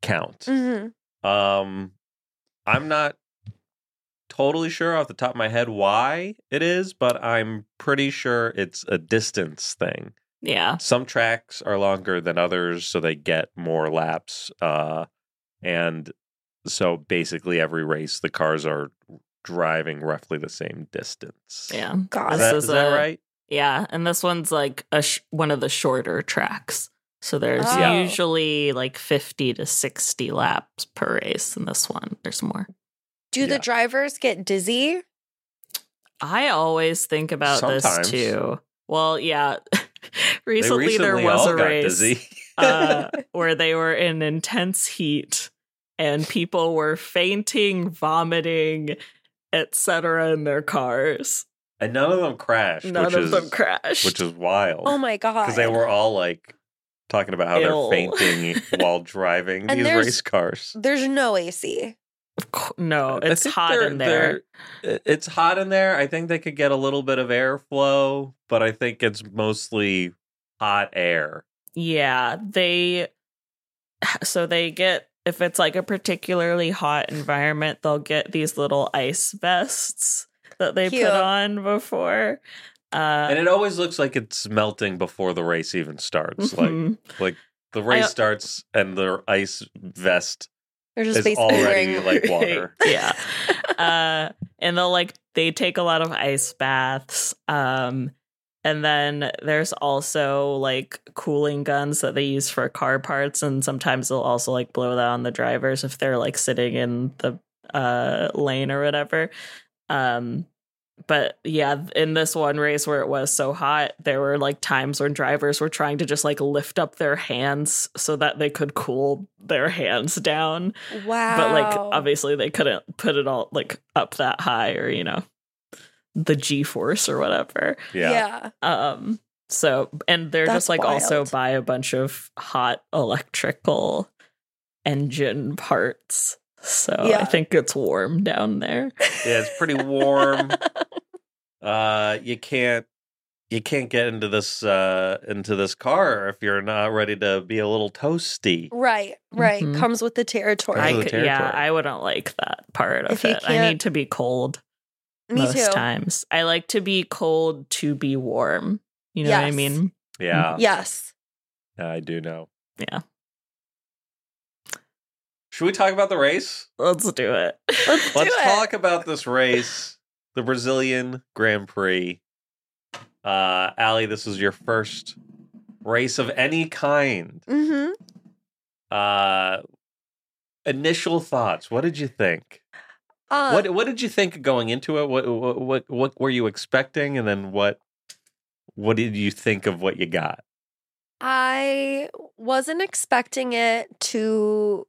S2: count.
S4: Mm-hmm.
S2: Um, I'm not totally sure off the top of my head why it is, but I'm pretty sure it's a distance thing.
S3: Yeah.
S2: Some tracks are longer than others, so they get more laps. Uh, and so basically, every race, the cars are driving roughly the same distance.
S3: Yeah.
S2: Is
S4: God.
S2: that, is
S3: This is
S2: that
S3: a-
S2: right?
S3: Yeah, and this one's like a sh- one of the shorter tracks. So there's
S4: Oh.
S3: usually like 50 to 60 laps per race in this one. There's more.
S4: Do
S2: Yeah.
S4: the drivers get dizzy?
S3: I always think about
S2: Sometimes.
S3: this too. Well, yeah.
S2: They
S3: recently, there
S2: recently
S3: was
S2: all
S3: a
S2: got
S3: race
S2: dizzy.
S3: uh, where they were in intense heat and people were fainting, vomiting, etc. in their cars.
S2: and none of them crashed.
S3: None
S2: which
S3: of
S2: is,
S3: them crashed.
S2: which is wild.
S4: Oh my God.
S2: because they were all like talking about how
S3: Ill.
S2: they're fainting while driving
S4: And
S2: these
S4: there's-
S2: race cars.
S4: There's no AC.
S3: Of cou- no,
S2: I
S3: it's
S2: think
S3: hot
S2: they're-
S3: in there.
S2: they're- It's hot in there. I think they could get a little bit of airflow, but I think it's mostly hot air.
S3: Yeah, they so they get if it's like a particularly hot environment, they'll get these little ice vests that they
S4: Cute.
S3: put on before. Uh
S2: And it always looks like it's melting before the race even starts. Like
S3: mhm.
S2: the race
S3: I-
S2: starts and their ice vest
S4: They're just
S2: is
S4: basically
S2: already
S4: wearing-
S2: like water.
S3: yeah. Uh and they'll like they take a lot of ice baths. Um and then there's also like cooling guns that they use for car parts and sometimes they'll also like blow that on the drivers if they're like sitting in the uh lane or whatever. Um but yeah, in this one race where it was so hot, there were like times when drivers were trying to just like lift up their hands so that they could cool their hands down
S4: wow.
S3: but like obviously they couldn't put it all like up that high or you know the g force or whatever
S2: Yeah.
S3: um so and they're just
S4: That's
S3: like also
S4: wild.
S3: buy a bunch of hot electrical engine parts so i
S4: Yeah.
S3: think it's warm down there
S2: Yeah, it's pretty warm. uh you can't you can't get into this uh into this car if you're not ready to be a little toasty
S4: Right, right.
S3: Mhm.
S4: Comes with the territory.
S2: Comes
S3: I
S2: with the
S3: could, yeah
S2: territory.
S3: i wouldn't like that part of
S4: If you
S3: it i
S4: can't-
S3: need to be cold
S4: Me
S3: most
S4: too.
S3: times i like to be cold to be warm you know what i
S4: Yes.
S3: mean
S2: yeah,
S4: Yes.
S2: yeah i do know
S3: Yeah.
S2: should we talk about the race
S3: let's do it
S4: Let's
S2: let's
S4: it.
S2: talk about this race the brazilian grand prix uh ali this is your first race of any kind
S4: Mm-hmm.
S2: uh initial thoughts what did you think
S4: Uh,
S2: what what did you think going into it? What what what, what were you expecting, and then what what did you think of what you got?
S4: I wasn't expecting it to,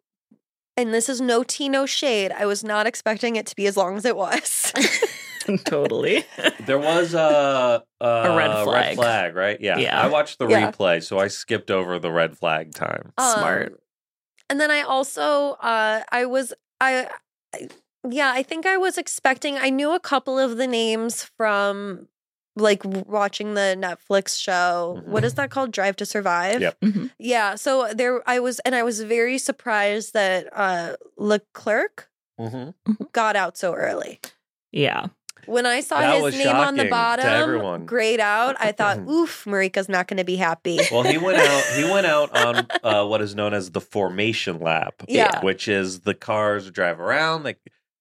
S4: and this is no tea, no shade. I was not expecting it to be as long as it was.
S3: totally.
S2: There was a a,
S3: red flag.
S2: right? Yeah. Uh,
S3: Yeah.
S2: I watched the
S4: Yeah.
S2: replay, so I skipped over the red flag time.
S4: Um,
S3: Smart.
S4: and then I also, uh, I was I, I- yeah, I think I was expecting. I knew a couple of the names from like w- watching the Netflix show. What is that called? Drive to Survive.
S2: Mm-hmm. Yep.
S3: Mhm.
S4: Yeah. So there, I was, and I was very surprised that uh Leclerc
S2: Mm-hmm.
S4: got out so early.
S3: Yeah.
S4: When I saw
S2: That was
S4: his name on
S2: shocking
S4: the
S2: to everyone.
S4: bottom, grayed out, I thought, "Oof, Marika's not going to be happy."
S2: Well, he went out. He went out on uh, what is known as the formation lap,
S4: Yeah.
S2: which is the cars drive around. Like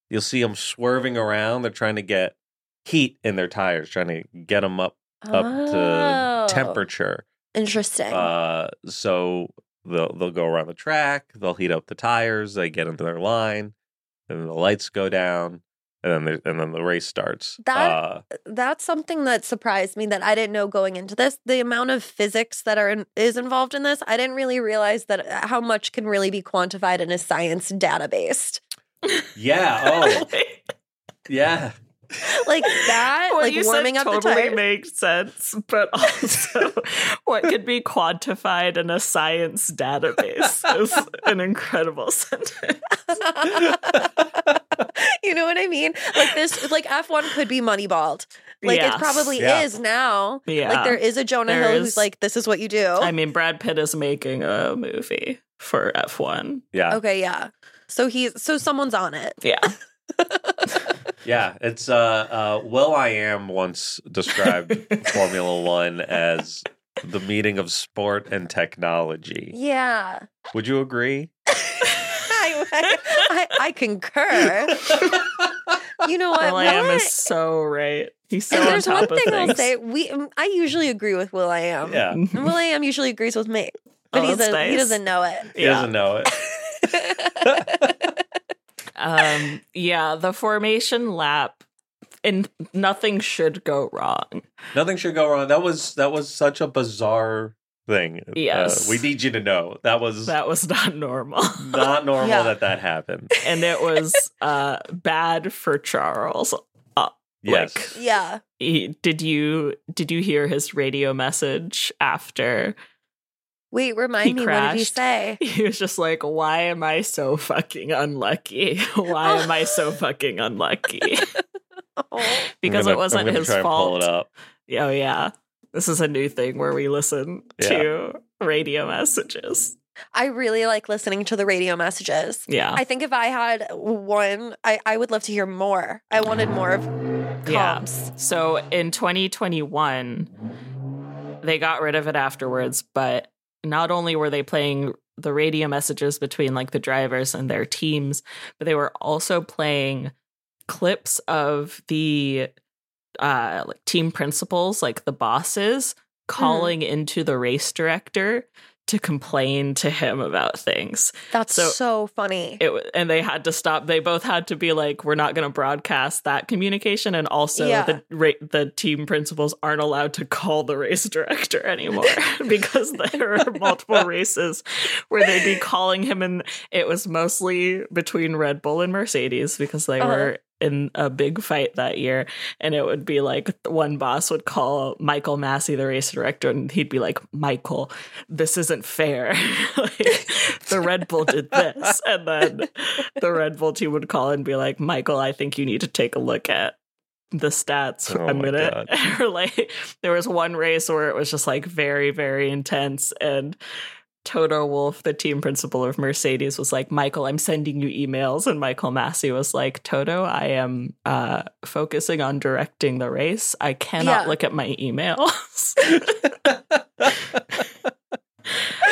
S2: you'll see them swerving around. They're trying to get heat in their tires, trying to get them up up
S4: Oh.
S2: to temperature.
S4: Interesting.
S2: Uh, so they'll they'll go around the track. They'll heat up the tires. They get into their line, and then the lights go down, and then the, and then the race starts.
S4: That-
S2: uh,
S4: That's something that surprised me that I didn't know going into this. The amount of physics that are in, is involved in this, I didn't really realize that uh, how much can really be quantified in a science database.
S2: yeah. Oh, yeah.
S4: Like that,
S3: What
S4: like
S3: you
S4: warming
S3: said
S4: up
S3: totally
S4: the tire.
S3: makes sense, but also what could be quantified in a science database is an incredible sentence.
S4: you know what I mean? Like this, like F one could be moneyballed. Like
S3: Yes.
S4: it probably
S2: Yeah.
S4: is now.
S3: Yeah.
S4: Like there Oh. is a Jonah
S3: There
S4: Hill
S3: is.
S4: who's like, this is what you do.
S3: I mean, Brad Pitt is making a movie for F1.
S2: Yeah.
S4: okay, yeah. So he's so someone's on it.
S3: Yeah.
S2: Yeah, it's uh, uh well I am once described Formula 1 as the meeting of sport and technology.
S4: Yeah.
S2: Would you agree?
S4: I, I, I concur. You know what?
S3: Will I am
S4: Will
S3: is so right. He's so
S4: I- if
S3: on
S4: there's
S3: top
S4: one
S3: of
S4: thing
S3: things.
S4: I'll say. We, um, I usually agree with Will I am.
S2: Yeah.
S3: Mhm.
S4: Will I am usually agrees with me, but
S3: Oh,
S4: he
S3: that's
S4: doesn't. He
S3: nice.
S4: doesn't know
S2: He
S4: it.
S2: doesn't know it.
S3: um yeah the formation lap and nothing should go wrong
S2: Nothing should go wrong. That was that was such a bizarre thing. Uh,
S3: Yes.
S2: we need you to know. That was
S3: that was not normal
S2: not normal
S4: Yeah.
S2: that that happened.
S3: and it was uh bad for charles
S2: Yes.
S3: Like-
S4: yeah.
S3: He- did you did you hear his radio message after
S4: Wait, remind
S3: He
S4: me. What did he
S3: crashed.
S4: say?
S3: he was just like why am i so fucking unlucky why am i so fucking unlucky
S4: Oh,
S3: because
S2: I'm gonna-
S3: it wasn't
S2: I'm gonna
S3: his
S2: try and
S3: fault
S2: Pull it up.
S3: Oh yeah. This is a new thing where we listen
S2: Yeah.
S3: to radio messages.
S4: I really like listening to the radio messages.
S3: Yeah.
S4: I think if I had one, I, I would love to hear more. I wanted more of
S3: Yeah.
S4: comps.
S3: So in 2021, they got rid of it afterwards, but not only were they playing the radio messages between like the drivers and their teams, but they were also playing clips of the uh like team principals, like the bosses calling into the race director to complain to him about things.
S4: That's
S3: So-
S4: so, funny.
S3: it wa- and they had to stop they both had to be like we're not going to broadcast that communication and also
S4: Yeah.
S3: the ra- the team principals aren't allowed to call the race director anymore because there are multiple races where they'd be calling him and it was mostly between Red Bull and Mercedes because they
S4: Uh-huh.
S3: were in a big fight that year and it would be like one boss would call Michael Massey the race director and he'd be like Michael this isn't fair. like, the Red Bull did this. And then the Red Bull team would call and be like, Michael, I think you need to take a look at the stats
S2: Oh
S3: a
S2: my
S3: minute. or like there was one race where it was just like very, very intense and Toto Wolf, the team principal of Mercedes, was like, Michael, I'm sending you emails. And Michael Massey was like, Toto, I am uh, focusing on directing the race. I cannot
S4: Yeah.
S3: look at my emails.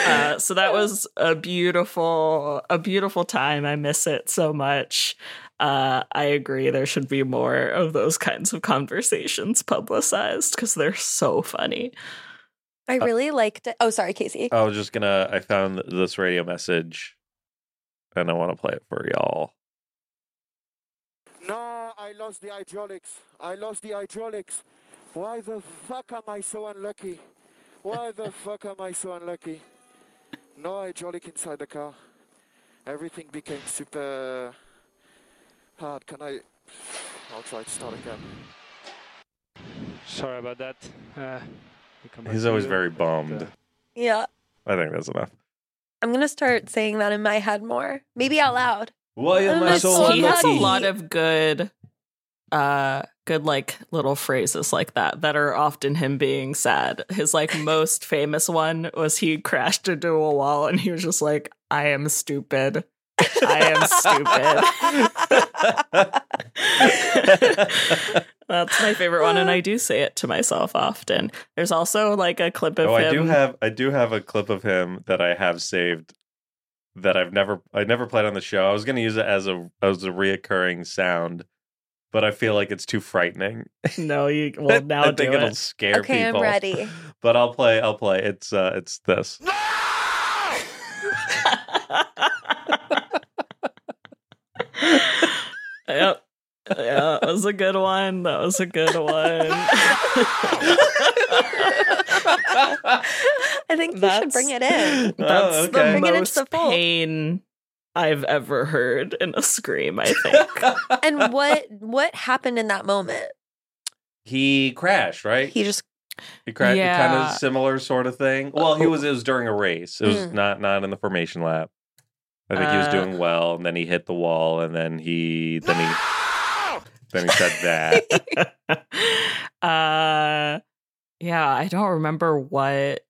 S3: uh, so that was a beautiful, a beautiful time. I miss it so much. Uh, I agree. There should be more of those kinds of conversations publicized because they're so funny.
S4: I really liked it. Oh, sorry, Casey.
S2: I was just going to I found this radio message and I want to play it for y'all.
S5: No, I lost the hydraulics. I lost the hydraulics. Why the fuck am I so unlucky? Why the fuck am I so unlucky? No hydraulic inside the car. Everything became super hard. Can I? I'll try to start again.
S6: Sorry about that. Uh, we come back
S2: He's
S6: to
S2: always
S6: you.
S2: very
S6: But,
S2: bummed.
S6: uh,
S4: Yeah.
S2: I think that's enough.
S4: I'm going to start saying that in my head more, maybe out loud.
S2: Why am I
S4: That's
S2: so
S4: so
S3: he has a
S2: unlucky?
S3: lot of good uh good like little phrases like that that are often him being sad his like most famous one was he crashed into a wall and he was just like i am stupid i am stupid that's my favorite one and i do say it to myself often there's also like a clip of
S2: Oh,
S3: him
S2: I do have I do have a clip of him that I have saved that I've never I never played on the show. I was going to use it as a as a reoccurring sound, but I feel like it's too frightening.
S3: no you well now
S2: I
S3: do
S2: think
S3: it.
S2: will scare
S4: Okay, I'm
S2: people.
S4: ready.
S2: But I'll play. I'll play. It's uh, it's this.
S6: uh,
S3: yep. Yeah, that was a good one. That was a good one.
S4: I think you should bring it in.
S3: That's
S2: oh,
S3: the
S2: okay.
S4: Bring it into
S3: most
S4: the fold.
S3: pain I've ever heard in a scream. I think
S4: And what what happened in that moment?
S2: he crashed, right?
S4: He just
S2: He crashed. Kind
S3: Yeah. Oh.
S2: of similar sort of thing. Well, he was. It was during a race. It was
S4: Mm.
S2: not not in the formation lap. I think he was
S3: Uh.
S2: doing well, and then he hit the wall, and then he then he then he said that.
S3: uh, yeah, I don't remember what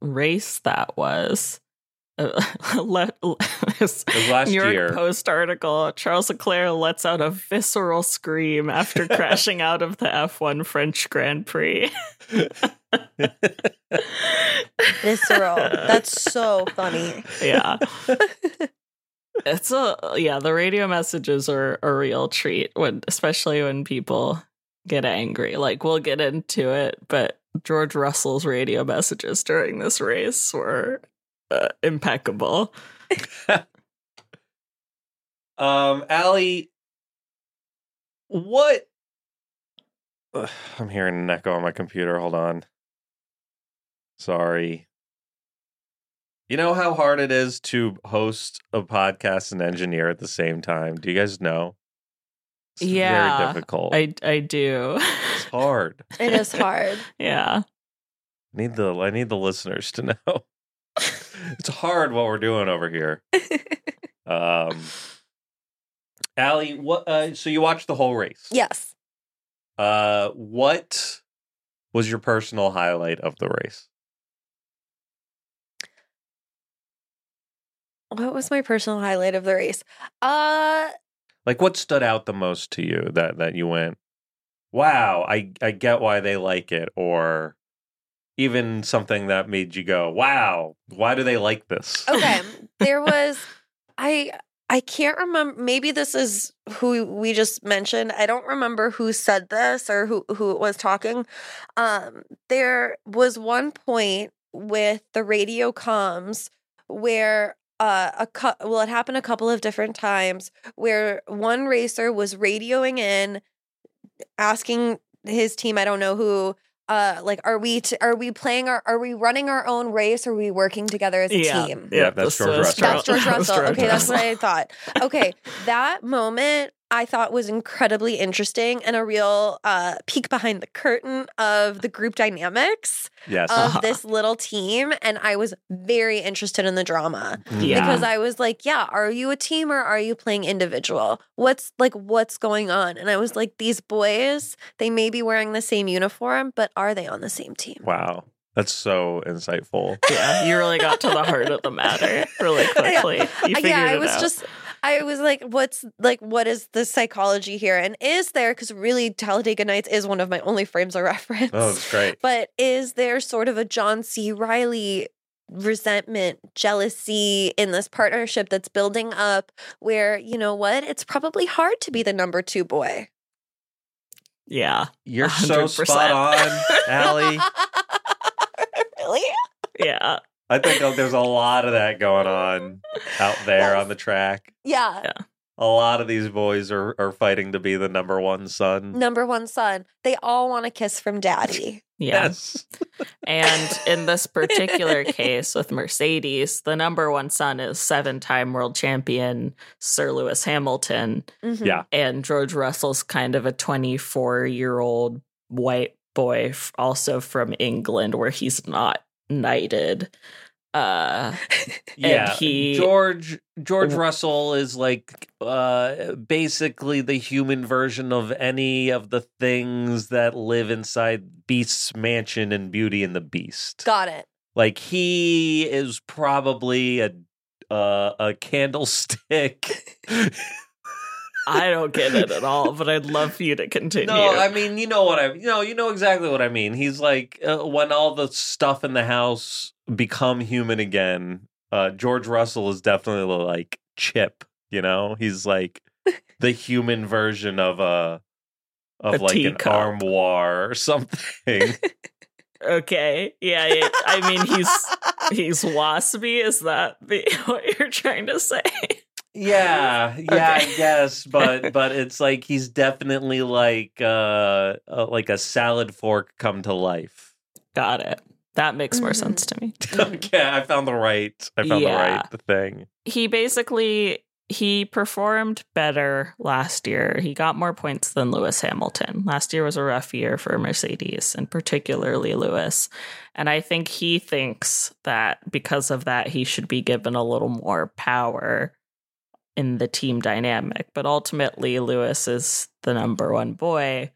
S3: race that was. Uh, let,
S2: It was last
S3: New York
S2: year.
S3: Post article Charles Leclerc lets out a visceral scream after crashing out of the F1 French Grand Prix.
S4: visceral. That's so funny.
S3: yeah. it's a yeah, the radio messages are a real treat when especially when people get angry. Like we'll get into it, but George Russell's radio messages during this race were uh, impeccable.
S2: Um, Allie, what? Ugh, I'm hearing an echo on my computer. Hold on. Sorry. You know how hard it is to host a podcast and engineer at the same time. Do you guys know? It's
S3: Yeah,
S2: very difficult.
S3: I I do.
S2: it's hard.
S4: It is hard.
S3: yeah.
S2: I need the I need the listeners to know. it's hard what we're doing over here. Um, Allie, what? Uh, so you watched the whole race?
S4: Yes.
S2: Uh, what was your personal highlight of the race?
S4: What was my personal highlight of the race? Uh
S2: Like, what stood out the most to you that that you went, "Wow, I I get why they like it," or even something that made you go, "Wow, why do they like this?"
S4: okay there was i i can't remember maybe this is who we just mentioned i don't remember who said this or who who was talking um there was one point with the radio comms where uh, a cu- well, it happened a couple of different times where one racer was radioing in, asking his team, I don't know who, uh, like, are we t- are we playing our are we running our own race? Or are we working together as a
S3: Yeah.
S4: team?
S2: Yeah, that's
S3: this
S2: George
S3: was
S2: Russell.
S4: That's George
S3: that was
S4: Russell.
S3: George
S4: okay, that's
S3: Russell.
S4: what I thought. Okay, that moment I thought was incredibly interesting and a real uh, peek behind the curtain of the group dynamics
S2: Yes,
S3: Uh-huh.
S4: of this little team. And I was very interested in the drama
S2: Mm.
S3: Yeah.
S4: because I was like, yeah, are you a team or are you playing individual? What's like, what's going on? And I was like, these boys, they may be wearing the same uniform, but are they on the same team?
S2: Wow, that's so insightful.
S3: yeah, you really got to the heart of the matter really
S4: Yeah.
S3: quickly. You
S4: Uh,
S3: figured
S4: yeah, I
S3: it
S4: was
S3: out.
S4: just, I was like, what's like, what is the psychology here? And is there, because really, Talladega Nights is one of my only frames of reference.
S2: Oh, that's great.
S4: But is there sort of a John C. Riley resentment, jealousy in this partnership that's building up where, you know what, it's probably hard to be the number two boy?
S3: yeah,
S2: You're so
S3: 100%.
S2: spot on, Allie.
S4: really?
S3: yeah.
S2: I think uh, there's a lot of that going on out there on the track.
S4: Yeah.
S2: A lot of these boys are, are fighting to be the number one son.
S4: Number one son. They all want a kiss from daddy.
S3: Yeah.
S2: Yes.
S3: And in this particular case with Mercedes, the number one son is seven time world champion Sir Lewis Hamilton.
S4: Mhm.
S2: Yeah.
S3: And George Russell's kind of a 24 year old white boy, f- also from England, where he's not knighted. Uh,
S2: yeah
S3: And he-
S2: george george russell is like uh basically the human version of any of the things that live inside beast's mansion and beauty and the beast
S4: Got it.
S2: like he is probably a uh, a candlestick
S3: I don't get it at all, but I'd love for you to continue.
S2: No, I mean you know what I you know you know exactly what I mean. He's like uh, when all the stuff in the house become human again. Uh, George Russell is definitely like Chip. You know, he's like the human version of a of
S3: A
S2: like
S3: teacup.
S2: an armoire or something.
S3: okay, yeah, yeah. I mean, he's he's waspy. Is that the, what you're trying to say?
S2: yeah, yeah, I
S3: Okay.
S2: guess, but but it's like he's definitely like uh, uh like a salad fork come to life.
S3: Got it. That makes more
S4: Mhm.
S3: sense to me.
S2: okay, I found the right. I found
S3: Mm-hmm. Yeah.
S2: the right thing.
S3: he basically he performed better last year. He got more points than Lewis Hamilton. Last year was a rough year for Mercedes and particularly Lewis. And I think he thinks that because of that he should be given a little more power in the team dynamic. But ultimately Lewis is the number one boy.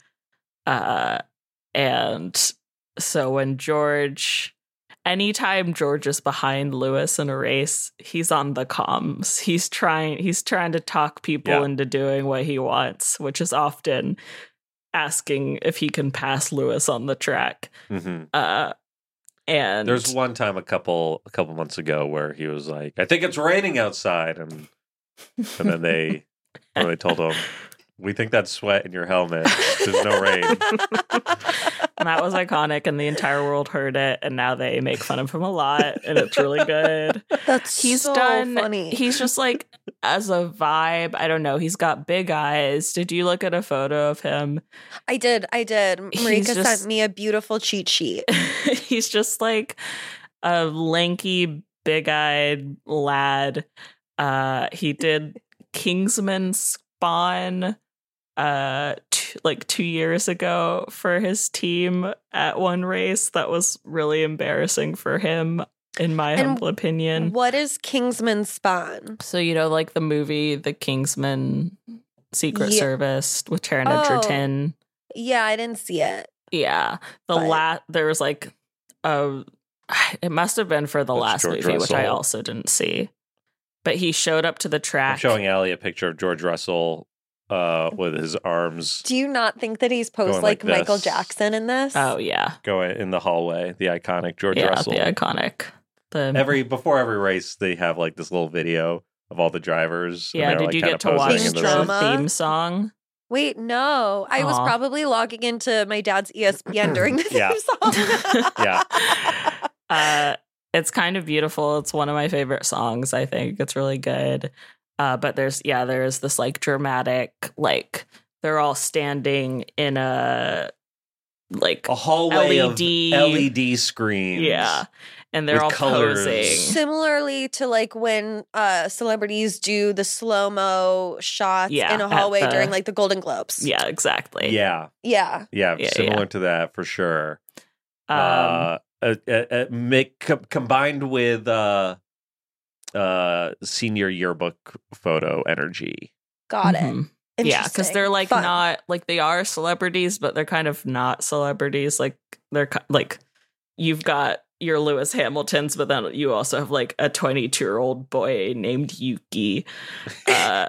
S3: Uh and so when George anytime George is behind Lewis in a race, he's on the comms. He's trying he's trying to talk people
S2: Yeah.
S3: into doing what he wants, which is often asking if he can pass Lewis on the track.
S2: hmm
S3: Uh and
S2: There's one time a couple a couple months ago where he was like, "I think it's raining outside," and and then they and they told him, "We think that's sweat in your helmet. There's no rain."
S3: and that was iconic and the entire world heard it and now they make fun of him a lot and it's really good.
S4: That's
S3: He's
S4: so
S3: done
S4: funny.
S3: He's just like as a vibe, I don't know, he's got big eyes. Did you look at a photo of him?
S4: I did. I did.
S3: He's
S4: Marika
S3: just-
S4: sent me a beautiful cheat sheet.
S3: he's just like a lanky, big eyed lad. Uh, he did Kingsman Spawn uh t- like two years ago for his team at one race that was really embarrassing for him in my
S4: And
S3: humble opinion
S4: What is Kingsman Spawn?
S3: so you know like the movie the kingsman secret
S4: Ye-
S3: service with Taron
S4: Oh.
S3: Egerton
S4: Yeah, I didn't see it.
S3: yeah. The
S4: But-
S3: last there was like a it must have been for the
S2: That's
S3: last
S2: George
S3: movie, which I
S2: Russell.
S3: also didn't see. But he showed up to the
S2: I'm
S3: track.
S2: showing Allie a picture of George Russell uh, with his arms
S4: Do you not think that he's
S2: Going
S4: posed
S2: like
S4: like, Michael
S2: this.
S4: Jackson in this?
S3: Oh yeah.
S2: going in the hallway. The iconic George
S3: yeah,
S2: Russell.
S3: the iconic. The
S2: every before every race, they have like this little video of all the drivers. and
S3: Yeah,
S2: they're,
S3: did
S2: like,
S3: you
S2: kinda
S3: get to
S2: posing
S3: watch
S2: in
S4: the
S3: the
S4: drama?
S3: theme song?
S4: Wait, no. I was
S3: Aw.
S4: probably logging into my dad's E ESPN during this
S2: Yeah.
S4: song.
S2: Yeah.
S3: uh, it's kind of beautiful. It's one of my favorite songs. I think it's really good. Uh, but there's yeah, there is this like dramatic like they're all standing in a like
S2: A hallway
S3: LED.
S2: of LED screens.
S3: E yeah, and they're
S2: with
S3: all
S2: colors.
S3: posing.
S4: Similarly to like when uh celebrities do the slow mo shots
S3: Yeah,
S4: in a
S3: at
S4: hallway
S3: the-
S4: during like the Golden Globes.
S3: Yeah, exactly.
S2: Yeah,
S4: Yeah.
S2: yeah,
S3: Yeah,
S2: similar to that for sure.
S3: Um,
S2: uh, uh, uh, uh, make, com- combined with uh, uh, senior yearbook photo energy.
S4: Got it.
S3: mhm. Yeah, because
S4: Interesting.
S3: they're like
S4: Fun.
S3: not like they are celebrities, but they're kind of not celebrities. Like they're ki- like you've got your Lewis Hamiltons, but then you also have like a 22 year old boy named Yuki uh,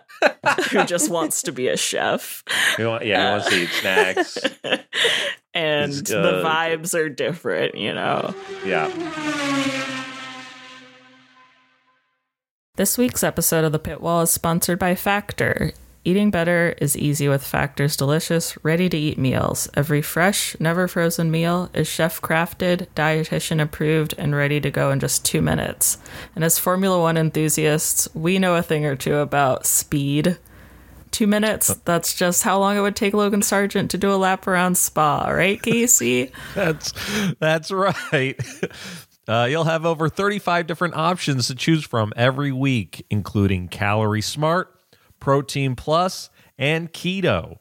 S3: who just wants to be a chef.
S2: We want, yeah, we want to eat snacks.
S3: and
S2: It's,
S3: the
S2: uh,
S3: vibes are different, you know.
S2: Yeah,
S3: This week's episode of The Pit Wall is sponsored by Factor. Eating better is easy with Factor's delicious, ready to eat meals. Every fresh, never frozen meal is chef crafted, dietitian approved, and ready to go in just two minutes. And as Formula One enthusiasts, we know a thing or two about speed. Two minutes, that's just how long it would take Logan Sargent to do a lap around Spa, right, Casey?
S7: That's that's right. Uh, you'll have over 35 different options to choose from every week, including Calorie Smart, Protein Plus, and Keto.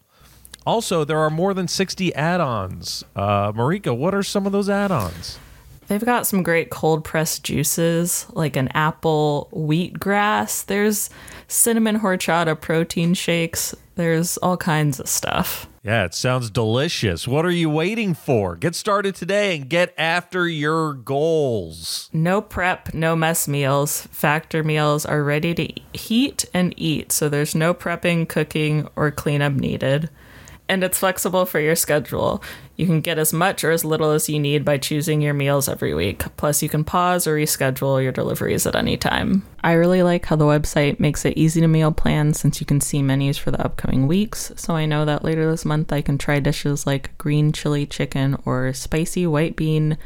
S7: Also, there are more than 60 add ons. Uh, Marika, what are some of those add ons?
S3: They've got some great cold pressed juices, like an apple wheatgrass. There's cinnamon horchata protein shakes. There's all kinds of stuff.
S7: Yeah, it sounds delicious. What are you waiting for? Get started today and get after your goals.
S3: No prep, no mess meals. Factor meals are ready to heat and eat, so there's no prepping, cooking, or cleanup needed. And it's flexible for your schedule. You can get as much or as little as you need by choosing your meals every week. Plus, you can pause or reschedule your deliveries at any time. I really like how the website makes it easy to meal plan since you can see menus for the upcoming weeks. So I know that later this month I can try dishes like green chili chicken or spicy white bean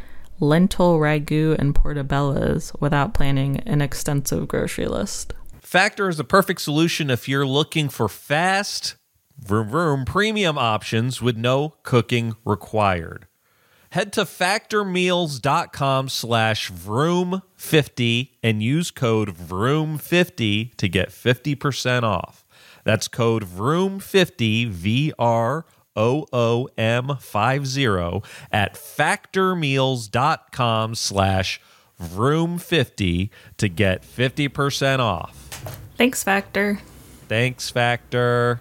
S3: lentil ragu and portobello's without planning an extensive grocery list.
S7: Factor is the perfect solution if you're looking for fast, vroom vroom premium options with no cooking required. Head to factormeals.com slash vroom50 and use code vroom50 to get 50% off. That's code vroom50, V R O O M 50 at factormeals.com slash vroom50 to get 50% off.
S3: Thanks, Factor.
S7: Thanks, Factor.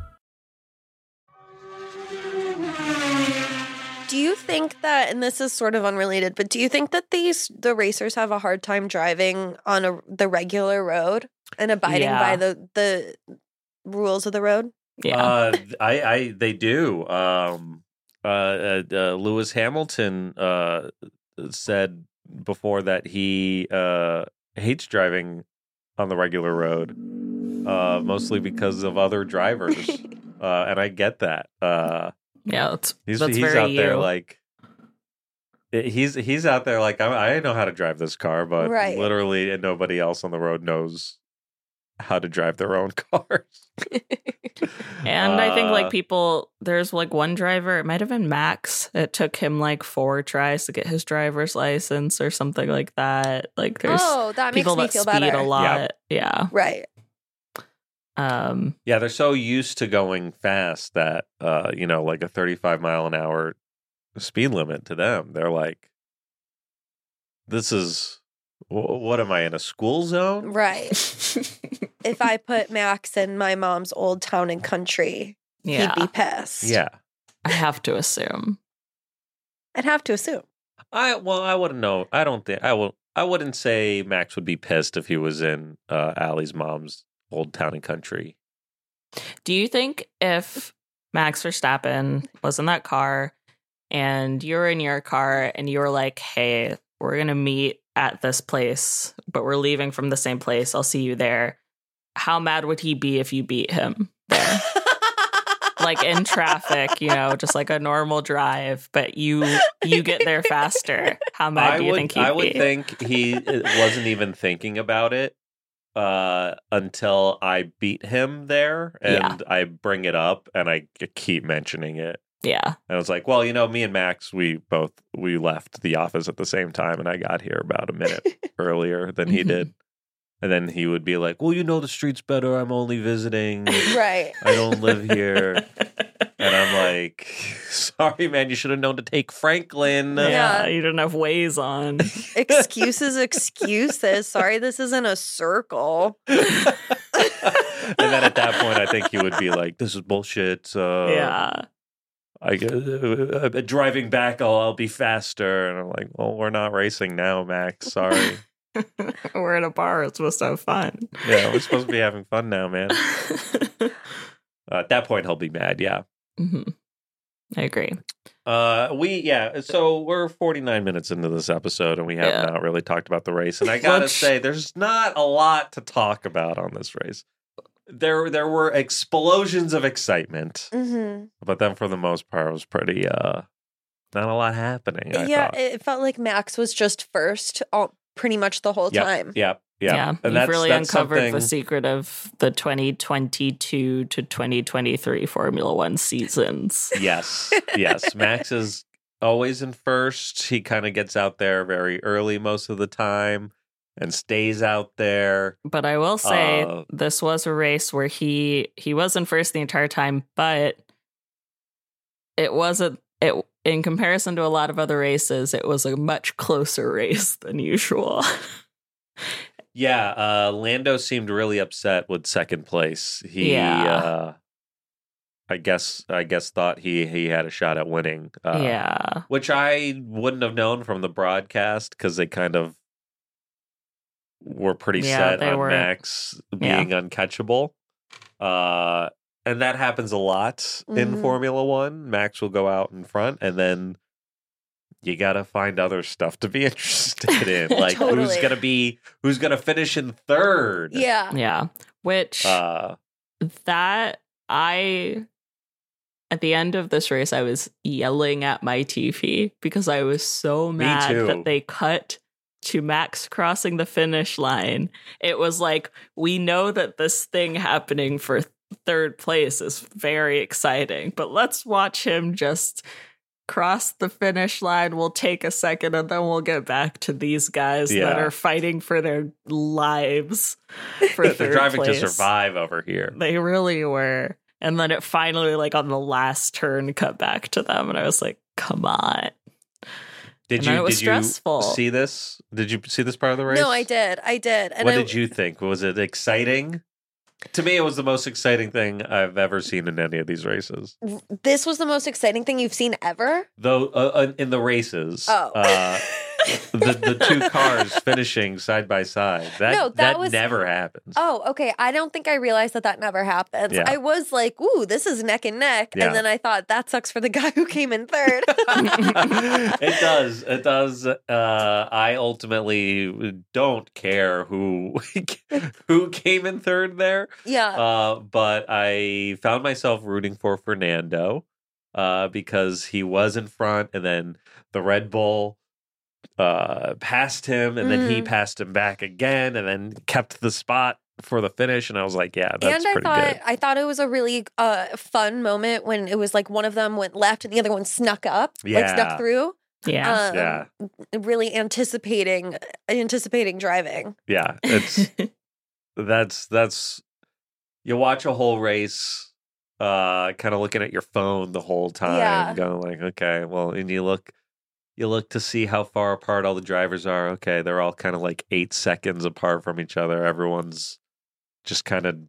S4: Do you think that, and this is sort of unrelated, but do you think that these the racers have a hard time driving on a, the regular road and abiding
S3: Yeah.
S4: by the the rules of the road?
S3: Yeah.
S2: Uh, I, I, they do. Um, uh, uh, uh, Lewis Hamilton uh, said before that he uh, hates driving on the regular road, uh, mostly because of other drivers, uh, and I get that. Uh,
S3: yeah, that's,
S2: he's
S3: that's
S2: he's
S3: very
S2: out
S3: you.
S2: there like. eh, He's he's out there like I, I know how to drive this car, but
S4: Right.
S2: literally nobody else on the road knows how to drive their own cars.
S3: And I think
S2: Uh,
S3: like people, there's like one driver, it might have been Max. It took him like four tries to get his driver's license or something like that. Like there's
S4: oh, that makes
S3: people
S4: me
S3: that
S4: feel
S3: speed
S4: better.
S3: a lot. Yeah.
S4: Right.
S3: Um,
S2: Yeah, they're so used to going fast that uh, you know, like a 35 mile an hour speed limit to them, they're like, "This is wh- what am I in a school zone?"
S4: Right. if I put Max in my mom's old town and country,
S3: yeah.
S4: he'd be pissed.
S2: Yeah,
S3: I have to assume.
S4: I'd have to assume.
S2: I well, I wouldn't know. I don't think I will. I wouldn't say Max would be pissed if he was in uh, Allie's mom's old town and country.
S3: Do you think if Max Verstappen was in that car and you're in your car and you were like, hey, we're going to meet at this place, but we're leaving from the same place. I'll see you there. How mad would he be if you beat him there? like in traffic, you know, just like a normal drive, but you you get there faster. How mad
S2: I
S3: do you
S2: would,
S3: think he'd
S2: I would
S3: be?
S2: think he uh, wasn't even thinking about it uh, until I beat him there,
S3: Yeah.
S2: and I bring it up, and I k- keep mentioning it.
S3: yeah.
S2: And I was like, "Well, you know, me and Max, we both we left the office at the same time, and I got here about a minute earlier than he
S3: Mhm.
S2: did." And then he would be like, "Well, you know, the streets better. I'm only visiting.
S4: Right.
S2: I don't live here." And I'm like, "Sorry, man. You should have known to take Franklin."
S3: yeah,
S4: Yeah.
S3: you didn't have ways on.
S4: excuses, excuses. Sorry, this isn't a circle.
S2: and then at that point, I think he would be like, "This is bullshit." Uh,
S3: yeah.
S2: I gu- uh, uh, driving back, I'll, I'll be faster. And I'm like, "Well, we're not racing now, Max. Sorry.
S3: We're at a bar. It's supposed to have fun.
S2: yeah, we're supposed to be having fun now, man." Uh, at that point, he'll be mad. Yeah.
S3: Mhm. I agree.
S2: Uh, we yeah. So we're 49 minutes into this episode, and we have
S3: Yeah.
S2: not really talked about the race. And I gotta
S3: Let's-
S2: say, there's not a lot to talk about on this race. There, there were explosions of excitement.
S4: Mm-hmm.
S2: but then for the most part it was pretty uh not a lot happening. I
S4: yeah,
S2: thought.
S4: it felt like Max was just first all, pretty much the whole
S2: Yep,
S4: time.
S2: Yep. Yep.
S3: yeah,
S2: and
S3: you've
S2: that's,
S3: really
S2: that's
S3: uncovered
S2: something,
S3: the secret of the 2022 to 2023 Formula One seasons.
S2: Yes, yes. Max is always in first. He kind of gets out there very early most of the time and stays out there.
S3: But I will say
S2: Uh,
S3: this was a race where he he was in first the entire time, but it wasn't it in comparison to a lot of other races, it was a much closer race than usual.
S2: Yeah, uh, Lando seemed really upset with second place. He,
S3: Yeah.
S2: uh, I guess, I guess thought he he had a shot at winning. Uh,
S3: yeah.
S2: which I wouldn't have known from the broadcast because they kind of were pretty
S3: Yeah,
S2: set
S3: they
S2: on
S3: were-
S2: Max
S3: yeah.
S2: being uncatchable. Uh, and that happens a lot in
S3: Mm-hmm.
S4: Mhm.
S2: Formula One. Max will go out in front, and then you gotta find other stuff to be interested in, like who's
S4: Totally.
S2: gonna be who's gonna finish in third.
S4: Yeah.
S3: Yeah. Which
S2: Uh,
S3: that I at the end of this race I was yelling at my TV because I was so
S2: Me
S3: mad
S2: too.
S3: that they cut to Max crossing the finish line. It was like we know that this thing happening for third place is very exciting, but let's watch him just cross the finish line. We'll take a second and then we'll get back to these guys that
S2: Yeah.
S3: are fighting for their lives for
S2: they're
S3: third
S2: driving
S3: place.
S2: to survive over here.
S3: They really were. And then it finally, like on the last turn, cut back to them, and I was like, "Come on!"
S2: Did
S3: And
S2: you
S3: then it was
S2: did
S3: stressful.
S2: you see this? Did you see this part of the race?
S4: No, I did. I did. And
S2: what
S4: I,
S2: did you think? Was it exciting? To me, it was the most exciting thing I've ever seen in any of these races.
S4: this was the most exciting thing you've seen ever.
S2: Though uh, uh, in the races,
S4: Oh.
S2: uh, the the two cars finishing side by side that
S4: No,
S2: that,
S4: that was-
S2: never happens.
S4: Oh, okay. I don't think I realized that that never happens.
S2: Yeah.
S4: I was like, ooh, this is neck and neck.
S2: Yeah.
S4: And then I thought, that sucks for the guy who came in third.
S2: it does. It does. Uh, I ultimately don't care who who came in third there.
S4: yeah.
S2: uh, but I found myself rooting for Fernando uh, because he was in front, and then the Red Bull uh, passed him, and then he
S4: Mhm.
S2: passed him back again, and then kept the spot for the finish. And I was like, "Yeah, that's
S4: and I
S2: pretty
S4: thought
S2: good."
S4: I thought it was a really uh, fun moment when it was like one of them went left and the other one snuck up, like
S2: Yeah.
S4: snuck through.
S3: yeah,
S4: Um,
S2: yeah,
S4: Really anticipating anticipating driving.
S2: yeah. It's that's that's you watch a whole race. Uh, kind of looking at your phone the whole time,
S4: Yeah.
S2: going like, okay, well, and you look, you look to see how far apart all the drivers are. Okay, they're all kind of like eight seconds apart from each other. Everyone's just kind of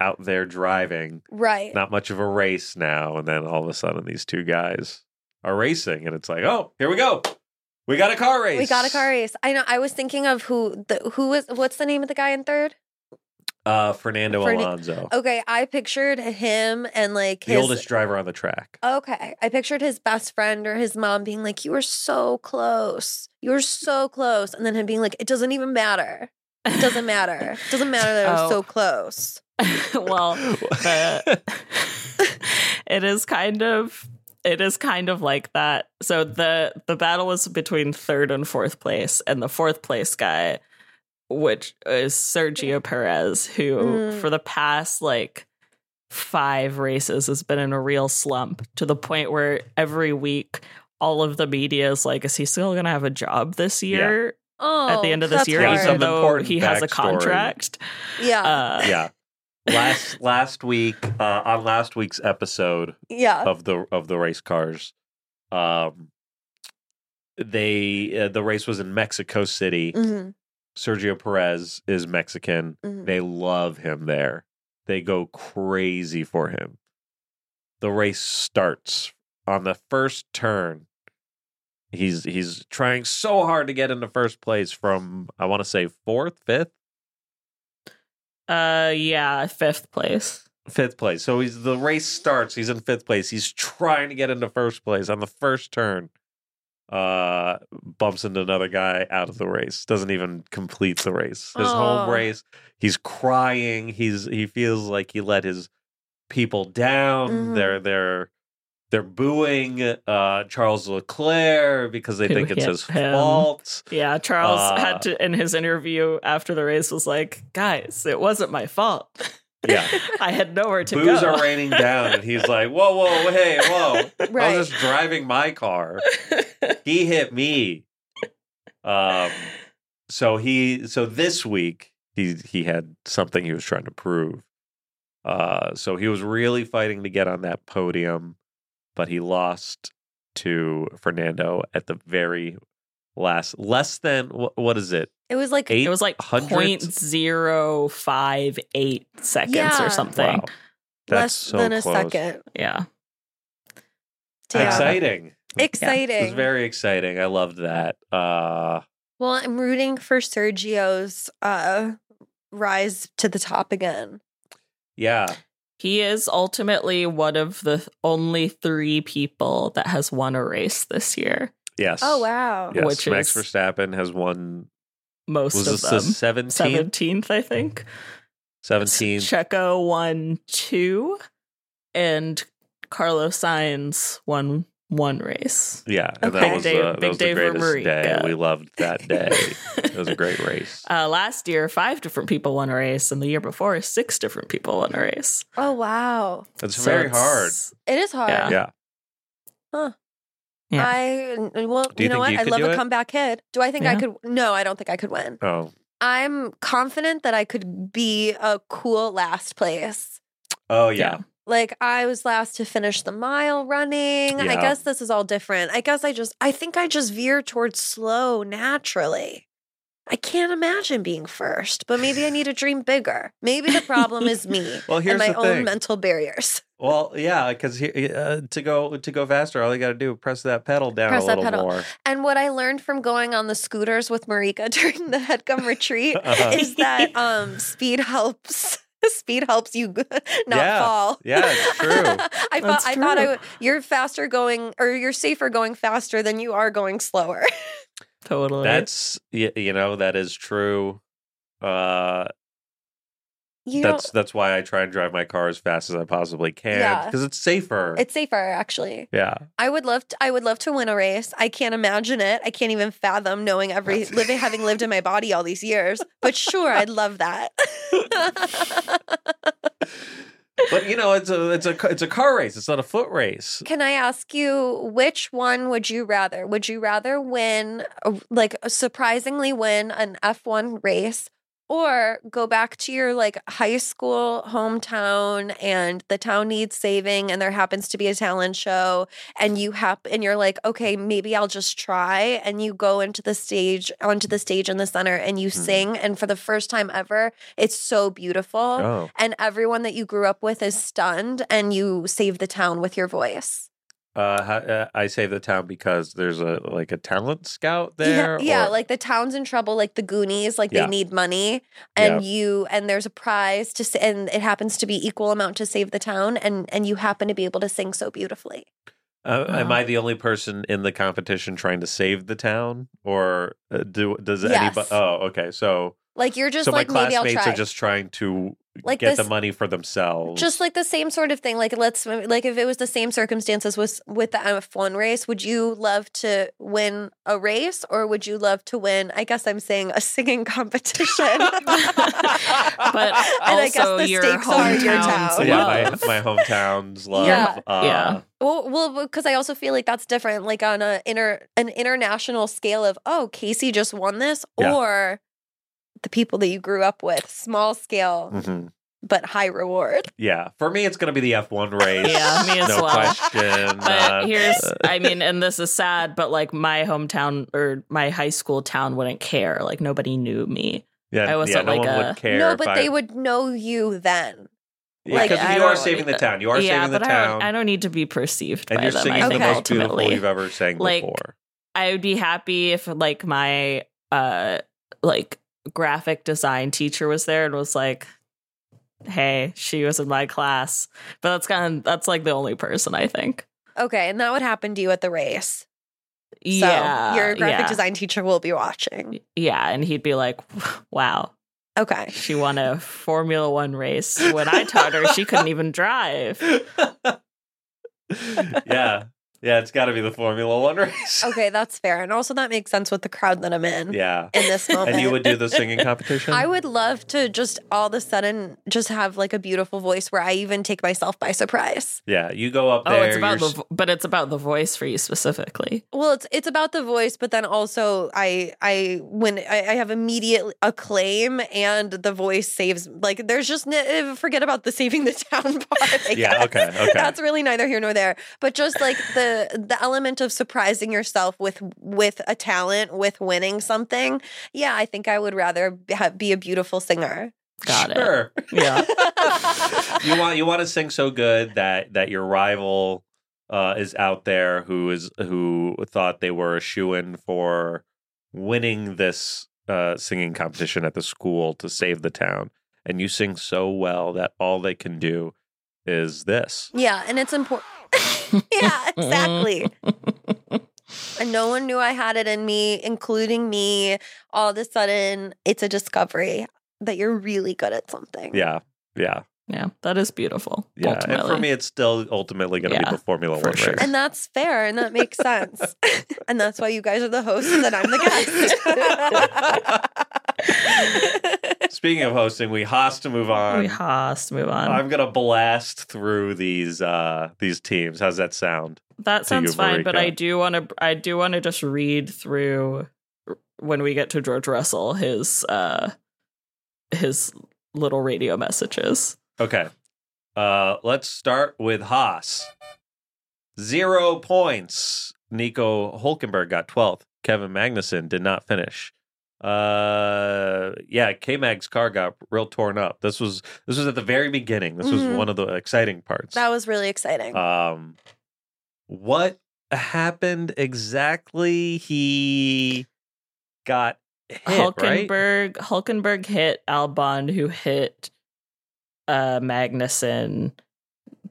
S2: out there driving.
S4: Right.
S2: Not much of a race now. And then all of a sudden, these two guys are racing, and it's like, oh, here we go, we got a car race.
S4: We got a car race. I know. I was thinking of who the who was what's the name of the guy in third?
S2: Uh, Fernando
S4: Fernan-
S2: Alonso,
S4: Okay, I pictured him and like
S2: the
S4: Oh, his
S2: oldest driver on the track.
S4: Okay. I pictured his best friend or his mom being like, You were so close. You were so close. And then him being like, It doesn't even matter. It doesn't matter. It doesn't matter that I
S3: Oh.
S4: was so close.
S3: well, the, it is kind of it is kind of like that. So the the battle was between third and fourth place, and the fourth place guy, which is Sergio Perez, who
S4: Mm.
S3: for the past like five races has been in a real slump to the point where every week all of the media is like, is he still gonna have a job this year?
S4: Oh
S3: At the end of this
S4: that's
S3: year,
S2: Yeah,
S3: even
S2: some
S4: hard.
S3: though
S2: important
S3: he has a
S2: backstory.
S3: contract.
S4: Yeah.
S3: Uh,
S2: yeah last last week uh on last week's episode
S4: yeah.
S2: of the of the race cars um they uh, the race was in Mexico City
S4: Mhm,
S2: Sergio Perez is Mexican
S4: mhm.
S2: they love him there they go crazy for him the race starts on the first turn he's he's trying so hard to get into first place from i want to say 4th 5th
S3: Uh, yeah, fifth place.
S2: fifth place. So he's the race starts. He's in fifth place. He's trying to get into first place on the first turn. Uh, bumps into another guy out of the race. Doesn't even complete the race. His home
S4: Aw.
S2: race. He's crying. He's he feels like he let his people down.
S4: Mhm.
S2: They're they're they're booing uh, Charles Leclerc because they
S3: Who
S2: think it's
S3: hit
S2: his
S3: him.
S2: fault.
S3: Yeah, Charles
S2: Uh,
S3: had to in his interview after the race was like, "Guys, it wasn't my fault.
S2: Yeah,
S3: I had nowhere to
S2: boos
S3: go."
S2: are raining down, and he's like, "Whoa, whoa, hey, whoa! I
S4: Right.
S2: was just driving my car. He hit me." Um, so he, so this week he he had something he was trying to prove. Uh, so he was really fighting to get on that podium, but he lost to Fernando at the very last, less than wh- what is it?
S4: It was like
S2: Eight.
S3: it was like
S2: hundred-
S3: point zero five eight seconds
S4: Yeah.
S3: or something.
S2: Wow. That's
S4: less
S2: so
S4: than a
S2: close.
S4: second.
S3: Yeah.
S4: Yeah.
S2: Exciting. It
S4: Exciting.
S2: was very exciting. I loved that. Uh,
S4: well, I'm rooting for Sergio's uh, rise to the top again.
S2: yeah.
S3: He is ultimately one of the only three people that has won a race this year.
S2: Yes.
S4: Oh wow.
S2: Yes.
S3: Which
S2: Max
S3: is-
S2: Verstappen has won.
S3: Most
S2: Was
S3: of
S2: this the
S3: them.
S2: seventeenth?
S3: Seventeenth, I think.
S2: Seventeenth.
S3: Checo won two, and Carlos Sainz won one race.
S2: Yeah, and
S4: Okay.
S2: that was,
S3: Big day-
S2: uh, that
S3: big
S2: was
S3: day
S2: the
S3: for
S2: greatest day.
S3: Marika.
S2: We loved that day. it was a great race.
S3: Uh, last year, five different people won a race, and the year before, six different people won a race.
S4: Oh wow.
S2: It's
S3: So
S2: very hard.
S4: It is hard.
S3: Yeah.
S2: Yeah.
S3: Yeah.
S4: I well,
S2: Do you
S4: you, know
S2: think
S4: what?
S2: you
S4: I
S2: could
S4: love
S2: do
S4: a
S2: it?
S4: comeback hit. Do I think I
S3: Yeah.
S4: could? No, I don't think I could win.
S2: Oh.
S4: I'm confident that I could be a cool last place.
S2: Oh yeah.
S4: Like I was last to finish the mile running. I
S2: Yeah.
S4: guess this is all different. I guess I just I think I just veer towards slow naturally. I can't imagine being first, but maybe I need to dream bigger. Maybe the problem is me
S2: Well, here's
S4: and my
S2: the
S4: own
S2: thing.
S4: mental barriers.
S2: Well, yeah, because uh, to go to go faster, all you got to do is press that pedal down
S4: Press
S2: a
S4: that
S2: little
S4: pedal.
S2: more.
S4: And what I learned from going on the scooters with Marika during the headgum retreat
S2: Uh-huh.
S4: is that um speed helps speed helps you not
S2: Yeah.
S4: fall.
S2: Yeah, it's true.
S4: I thought
S3: That's
S4: I thought I
S3: true.
S4: w- you're faster going or you're safer going faster than you are going slower.
S3: Totally.
S2: That's y- you know that is true. Uh,
S4: You
S2: that's that's why I try and drive my car as fast as I possibly can
S4: Yeah.
S2: because it's safer.
S4: don't, it's safer actually.
S2: yeah,
S4: I would love to, I would love to win a race. I can't imagine it. I can't even fathom knowing every living having lived in my body all these years. But sure, I'd love that.
S2: but you know it's a it's a it's a car race. It's not a foot race.
S4: Can I ask you which one would you rather? Would you rather win, uh, like surprisingly win an F1 race or go back to your like high school hometown and the town needs saving and there happens to be a talent show and you hap and you're like, okay, maybe I'll just try and you go into the stage onto the stage in the center and you sing and for the first time ever, it's so beautiful
S2: Oh,
S4: and everyone that you grew up with is stunned and you save the town with your voice.
S2: uh, ha- uh, I save the town because there's a like a talent scout
S4: Yeah-
S2: there.
S4: yeah,
S2: or-
S4: like the town's in trouble, like the Goonies, like
S2: Yeah.
S4: they need money and you and there's a prize to sa- and it happens to be equal amount to save the town and and you happen to be able to sing so beautifully.
S2: Uh, am
S4: uh-huh.
S3: Wow.
S2: I the only person in the competition trying to save the town, or uh, do does anybody?
S4: Yes.
S2: Oh, okay. So
S4: Like you're just
S2: so
S4: like
S2: my
S4: maybe I'll
S2: classmates
S4: try.
S2: are just trying to
S4: Like
S2: get the
S4: this-
S2: money for themselves.
S4: just like the same sort of thing. Like let's like if it was the same circumstances with with the F1 race, would you love to win a race or would you love to win? I guess I'm saying a singing competition.
S3: but
S4: And I guess
S3: also
S4: the
S3: your
S4: stakes are your
S3: hometown's
S4: town.
S2: yeah, my,
S3: love.
S2: my hometown's love.
S4: Yeah.
S2: Uh,
S3: Yeah.
S4: Well, well, because I also feel like that's different, like on a inter an international scale of oh, Casey just won this,
S2: Yeah.
S4: or the people that you grew up with, small scale
S2: mhm.
S4: but high reward.
S2: Yeah. For me, it's going to be the F1 race.
S3: Yeah, me as
S2: no
S3: well.
S2: question.
S3: But
S2: Uh,
S3: here's,
S2: uh,
S3: I mean, and this is sad, but like my hometown or my high school town wouldn't care. Like nobody knew me.
S2: yeah,
S3: I wasn't
S2: yeah, no
S3: like
S2: one
S3: a-
S2: would care.
S4: no,
S2: if
S4: but
S2: I-
S4: they would know you then.
S2: Yeah,
S4: like,
S2: 'cause
S3: I
S2: you are
S3: don't-
S2: saving the town. You are
S3: yeah,
S2: saving the
S3: but I
S2: town.
S3: don't, I don't need to be perceived
S2: and
S3: by
S2: you're
S3: them.
S2: singing
S3: I
S2: the
S3: think
S2: most
S3: ultimately.
S2: beautiful you've ever sang
S3: Like,
S2: before.
S3: I would be happy if like my uh like graphic design teacher was there and was like hey she was in my class but that's kind of that's like the only person i think
S4: Okay, and that would happen to you at the race. So
S3: yeah
S4: your graphic
S3: yeah.
S4: design teacher will be watching.
S3: yeah and he'd be like wow
S4: Okay.
S3: she won a formula one race when i taught her she couldn't even drive
S2: yeah. Yeah, it's got to be the Formula One race.
S4: Okay, that's fair. And also, that makes sense with the crowd that I'm in
S2: Yeah.
S4: in this moment.
S2: And you would do the singing competition?
S4: I would love to just all of a sudden just have like a beautiful voice where I even take myself by surprise.
S2: Yeah, you go up
S3: Oh,
S2: there.
S3: it's about
S2: you're
S3: the
S2: s-
S3: vo- but it's about the voice for you specifically.
S4: Well, it's it's about the voice, but then also I I when I, I have immediate acclaim and the voice saves like there's just n- forget about the saving the town part. I
S2: Yeah,
S4: guess.
S2: okay, okay.
S4: That's really neither here nor there. But just like the the element of surprising yourself with with a talent, with winning something. Yeah, I think I would rather be- have- be a beautiful singer.
S3: Got it.
S2: Sure.
S3: Yeah.
S2: you want you want to sing so good that that your rival uh, is out there who is who thought they were a shoe in for winning this uh, singing competition at the school to save the town, and you sing so well that all they can do is this.
S4: Yeah, and it's important. yeah, exactly. and no one knew I had it in me, including me. All of a sudden, it's a discovery that you're really good at something.
S2: Yeah, yeah,
S3: Yeah, that is beautiful.
S2: yeah.
S3: ultimately.
S2: And for me, it's still ultimately going to
S3: Yeah,
S2: be the Formula
S3: for
S2: One
S3: sure.
S2: race.
S4: And that's fair, and that makes sense. and that's why you guys are the hosts, and I'm the guest.
S2: Speaking of hosting, we has to move on.
S3: we has to move on.
S2: I'm gonna blast through these uh these teams. How's that sound?
S3: that
S2: to
S3: sounds
S2: you,
S3: fine, but
S2: Marika.
S3: I do want to. I do want to just read through when we get to George Russell his uh his little radio messages.
S2: Okay. Uh let's start with Haas. Zero points. Nico Hulkenberg got 12th. Kevin Magnuson did not finish. Uh yeah, K Mag's car got real torn up. This was this was at the very beginning. This was
S4: Mhm.
S2: one of the exciting parts.
S4: that was really exciting.
S2: Um, what happened exactly? He got hit, right?
S3: Hulkenberg Hulkenberg hit Albon, who hit uh Magnuson.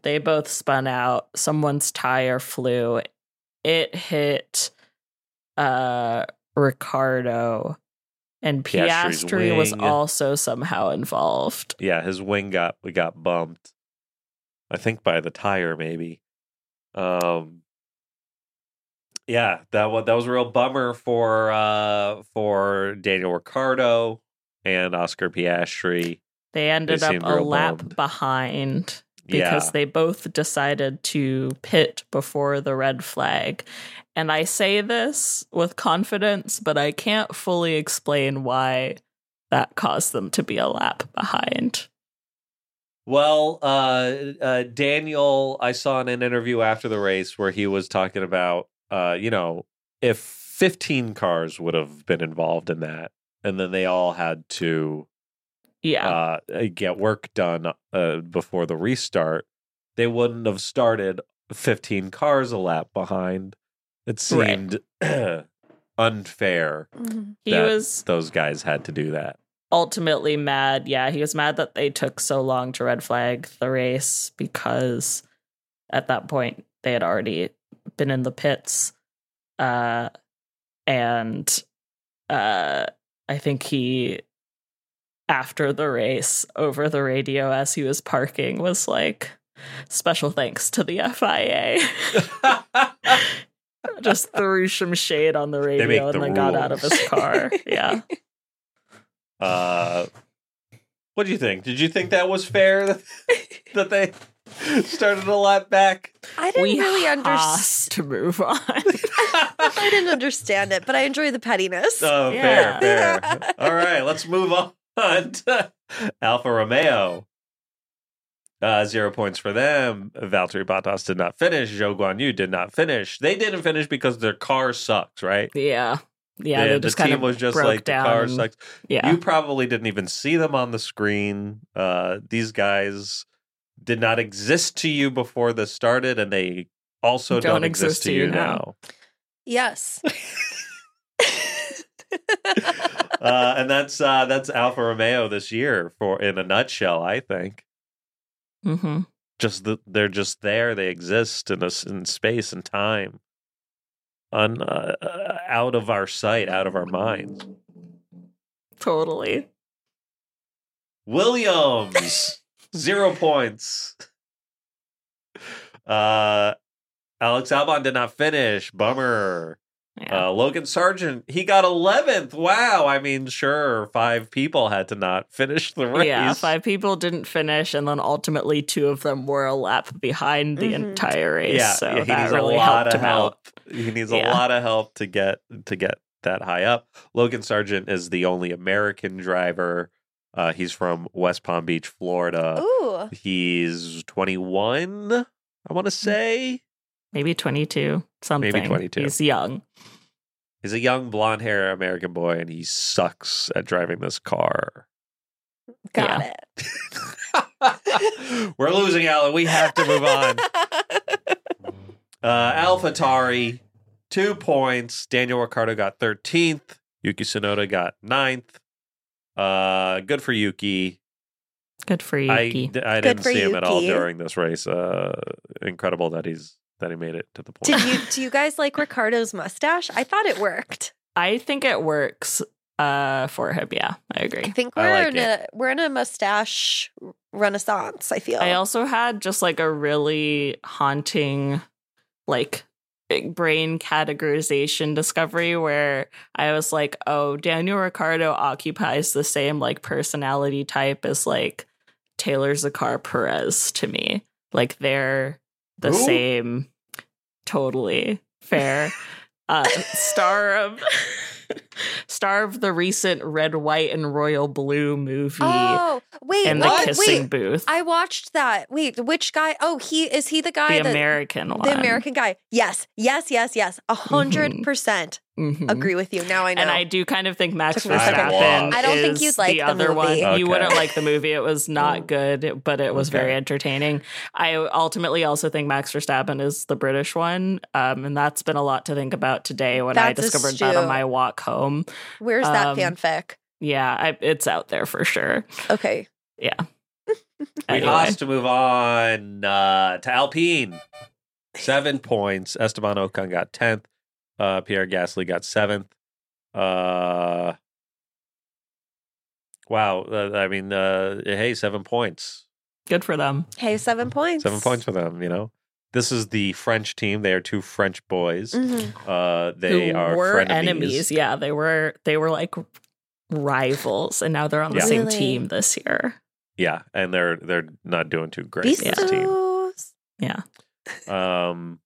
S3: They both spun out. Someone's tire flew. It hit uh Ricardo. And
S2: Piastri's
S3: Piastri was
S2: wing.
S3: also somehow involved.
S2: Yeah, his wing got we got bumped. I think by the tire, maybe. Um. Yeah, that was that was a real bummer for uh for Daniel Ricciardo and Oscar Piastri.
S3: They ended
S2: seemed
S3: up a
S2: real
S3: lap
S2: bummed.
S3: behind.
S2: yeah.
S3: because they both decided to pit before the red flag. And I say this with confidence, but I can't fully explain why that caused them to be a lap behind.
S2: Well, uh, uh, Daniel, I saw in an interview after the race where he was talking about, uh, you know, if 15 cars would have been involved in that, and then they all had to
S3: Yeah.
S2: uh, get work done uh, before the restart, they wouldn't have started 15 cars a lap behind. It
S3: Right.
S2: seemed unfair
S4: Mhm.
S3: he
S2: that-
S3: was
S2: those guys had to do that.
S3: ultimately mad. Yeah, he was mad that they took so long to red flag the race because at that point they had already been in the pits. Uh and uh I think he after the race over the radio as he was parking was like special thanks to the FIA. Just threw some shade on the
S2: make
S3: radio and
S2: the
S3: then got out of
S2: rules.
S3: his car. Yeah.
S2: Uh, what do you think? Did you think that was fair that, that they started a lot back?
S4: I didn't really
S3: has
S4: understand.
S3: to move on.
S4: I didn't understand it, but I enjoy the pettiness.
S3: Uh,
S2: Oh,
S3: Yeah.
S2: fair, fair. All right, let's move on to Alfa Romeo. Uh, zero points for them. Valtteri Bottas did not finish. Zhou Guan Yu did not finish. They didn't finish because their car sucks, right?
S3: yeah, yeah.
S2: The-
S3: they
S2: the
S3: just
S2: team
S3: kind of
S2: was just
S3: broke
S2: like
S3: down.
S2: the car
S3: and-
S2: sucks.
S3: Yeah,
S2: You probably didn't even see them on the screen. Uh, these guys did not exist to you before this started, and they also don't, exist, to you now.
S4: Yes.
S2: uh, and that's uh, that's Alfa Romeo this year for in a nutshell. I think
S3: hmm
S2: just the, they're just there. They exist in us in space and time, on uh, uh, out of our sight, out of our minds.
S3: totally.
S2: Williams zero points. Uh, Alex Albon did not finish. Bummer.
S3: Yeah.
S2: Uh, Logan Sargent, he got 11th. Wow. I mean, sure, five people had to not finish the race.
S3: Yeah, five people didn't finish, and then ultimately two of them were a lap behind the
S4: Mhm.
S3: entire race.
S2: Yeah,
S3: so
S2: yeah, he
S3: that
S2: needs
S3: really
S2: a lot
S3: helped
S2: of
S3: him out.
S2: help. He needs a
S3: Yeah.
S2: lot of help to get to get that high up. Logan Sargent is the only American driver. Uh, he's from West Palm Beach,
S3: Oh.
S2: Florida.
S4: Ooh.
S2: He's 21, I
S3: Mm.
S2: want to say.
S3: Maybe twenty two, something.
S2: 22.
S3: He's young.
S2: He's a young blonde hair American boy and he sucks at driving this car.
S4: Got
S3: Yeah.
S4: it.
S2: We're losing, Alan. We have to move
S3: Um,
S2: on. Uh, AlphaTauri, two points. Daniel Ricciardo got 13th. Yuki Tsunoda got 9th. Uh, good for Yuki.
S3: Good for
S2: I,
S3: Yuki.
S2: d- I
S4: Good
S2: didn't
S4: for
S2: see him at all
S4: Yuki.
S2: during this race. Uh, incredible that he's that he made it to the point.
S4: Did you do you guys like Ricardo's mustache? I thought it worked.
S3: I think it works uh, for him. Yeah, I
S4: I
S3: agree.
S4: think
S2: I
S4: we're
S2: like
S4: in a we're in a mustache renaissance, I feel.
S3: I also had just like a really haunting, like big brain categorization discovery where I was like, oh, Daniel Ricardo occupies the same like personality type as like Taylor Zakar Perez to me. Like they're the
S2: Who?
S3: same, totally fair. Uh, star of star of the recent red, white, and royal blue movie
S4: Oh, wait,
S3: and
S4: what?
S3: the kissing
S4: wait.
S3: booth.
S4: I watched that. Wait, which guy? Oh, he is he the guy
S3: the
S4: that
S3: American one.
S4: the American guy. Yes, yes, yes, yes. A 100 percent
S2: Mm-hmm.
S3: Mhm.
S4: agree with you. Now I know.
S3: And I do kind of think Max
S4: Took me a second.
S3: Verstappen.
S4: I don't think
S3: is
S4: you'd like
S3: the
S4: the
S3: other one.
S4: movie.
S2: Okay.
S3: You wouldn't like the movie. It was
S2: Oh.
S3: not good, but it was
S2: Okay.
S3: very entertaining. I ultimately also think Max Verstappen is the British one, um, and that's been a lot to think about today when I
S4: That's a
S3: discovered that on
S4: stew.
S3: my walk home.
S4: Where's that
S3: um,
S4: fanfic?
S3: Yeah, I, it's out there for sure.
S4: Okay.
S3: Yeah.
S2: We
S3: Anyway.
S2: lost to move on uh, to Alpine. Seven points. Esteban Ocon got 10th. Uh, Pierre Gasly got 7th. Uh, wow. Uh, I mean, uh, hey, seven points.
S3: Good for them.
S4: Hey, seven points.
S2: Seven points for them, you know? This is the French team. They are two French boys.
S3: Mm.
S4: Mhm.
S2: Uh, they
S3: Who
S2: are
S3: were
S2: frenemies.
S3: enemies. Yeah, they were. They were like rivals, and now they're on the
S4: Yeah.
S3: same
S4: Really?
S3: team this year.
S2: Yeah, and they're they're not doing too great. with This team.
S4: Bisous.
S3: Yeah,
S2: Um,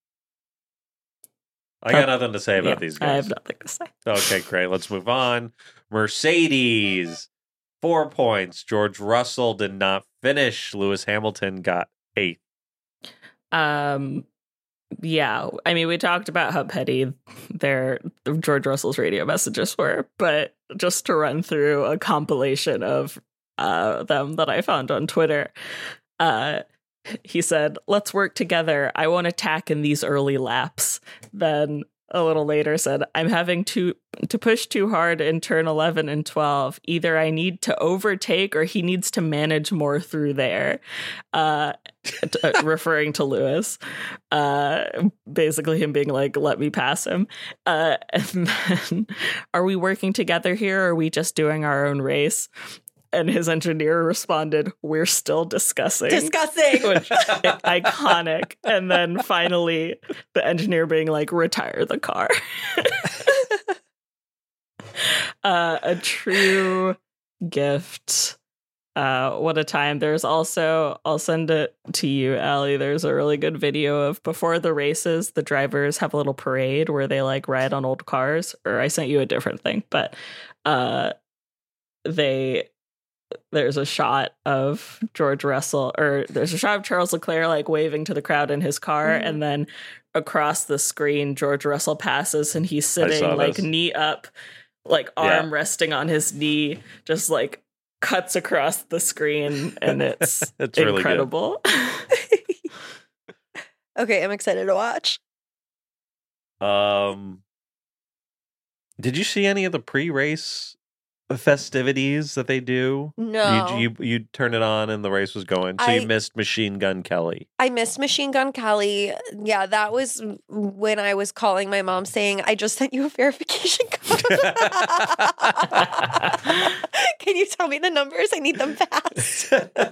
S2: I got nothing to say about
S3: Yeah,
S2: these
S3: I
S2: guys.
S3: have nothing to say.
S2: Okay, great. Let's move on. Mercedes, four points. George Russell did not finish. Lewis Hamilton got eight.
S3: Um, yeah, I mean, we talked about how petty their George Russell's radio messages were, but just to run through a compilation of uh, them that I found on Twitter, uh, he said, "Let's work together. I won't attack in these early laps." Then a little later said, "I'm having to to push too hard in turn 11 and 12. Either I need to overtake, or he needs to manage more through there." Uh, t- uh, referring to Lewis, uh, basically him being like, "Let me pass him." Uh, and then, are we working together here? Or are we just doing our own race? And his engineer responded, "We're still discussing."
S4: Discussing.
S3: which iconic. And then finally, the engineer being like, "Retire the car." uh, a true gift. Uh, what a time. There's also, I'll send it to you, Allie. There's a really good video of before the races, the drivers have a little parade where they like ride on old cars. Or I sent you a different thing, but uh, they, there's a shot of George Russell, or there's a shot of Charles Leclerc like waving to the crowd in his car.
S2: Mm-hmm.
S4: Mhm.
S3: And then across the screen, George Russell passes and he's
S2: saw
S3: sitting like
S2: this.
S3: knee up like
S2: Yeah.
S3: arm resting on his knee, just like cuts across the screen, and it's
S2: It's really good.
S3: incredible.
S4: okay, I'm excited to watch.
S2: Um, did you see any of the pre-race festivities that they do?
S4: No.
S2: You, you you turned it on and the race was going, so
S4: I-
S2: you missed Machine Gun Kelly.
S4: I missed Machine Gun Kelly. Yeah, that was when I was calling my mom saying, I just sent you a verification code. Can you tell me the numbers? I need them fast.
S2: Uh,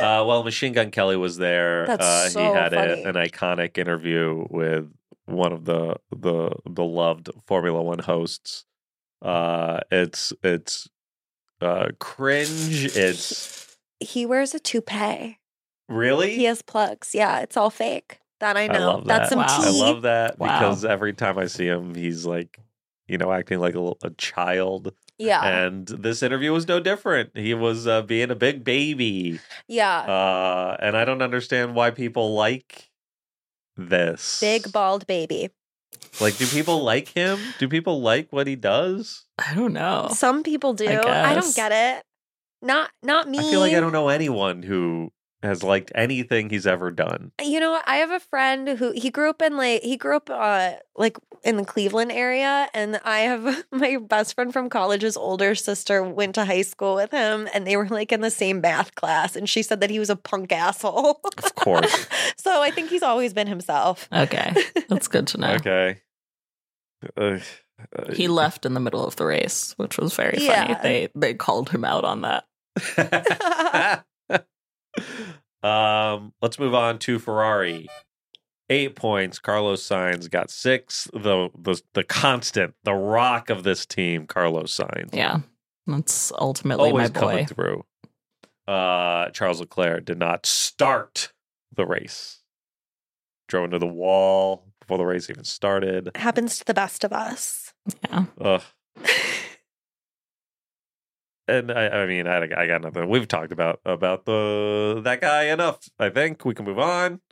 S2: well, Machine Gun Kelly was there.
S4: That's
S2: uh, he
S4: so
S2: had
S4: funny.
S2: A, an iconic interview with one of the the beloved Formula One hosts. Uh, it's it's uh, cringe. It's
S4: he wears a toupee.
S2: really
S4: He has plugs. Yeah, it's all fake. That I know.
S2: love that.
S4: That's some
S3: Wow.
S4: tea.
S2: I love that
S3: Wow.
S2: because every time I see him, he's like, you know, acting like a, little- a child.
S4: yeah.
S2: And this interview was no different. He was uh, being a big baby.
S4: yeah.
S2: Uh, and I don't understand why people like this.
S4: Big bald baby.
S2: Like, do people like him? Do people like what he does?
S3: I don't
S2: Oh,
S3: know.
S4: Some people do.
S3: I
S4: I, don't
S3: guess.
S4: get it. Not not me.
S2: I feel like I don't know anyone who has liked anything he's ever done.
S4: you know, I have a friend who he grew up in like he grew up uh like in the Cleveland area and I have my best friend from college's older sister went to high school with him and they were like in the same math class and she said that he was a punk asshole.
S2: Of course.
S4: so I think he's always been himself.
S3: Okay, that's good to know.
S2: okay. Ugh. Uh,
S3: He left in the middle of the race, which was very funny.
S4: Yeah.
S3: They they called him out on that.
S2: um, let's move on to Ferrari. Eight points. Carlos Sainz got six. The the the constant, the rock of this team, Carlos Sainz,
S3: Yeah, that's ultimately
S2: always
S3: my
S2: coming
S3: boy.
S2: through. Uh, Charles Leclerc did not start the race. Drove into the wall before the race even started.
S4: Happens to the best of us.
S2: Ugh. And I, I mean, I, I got nothing. We've talked about about the that guy enough. I think we can move on.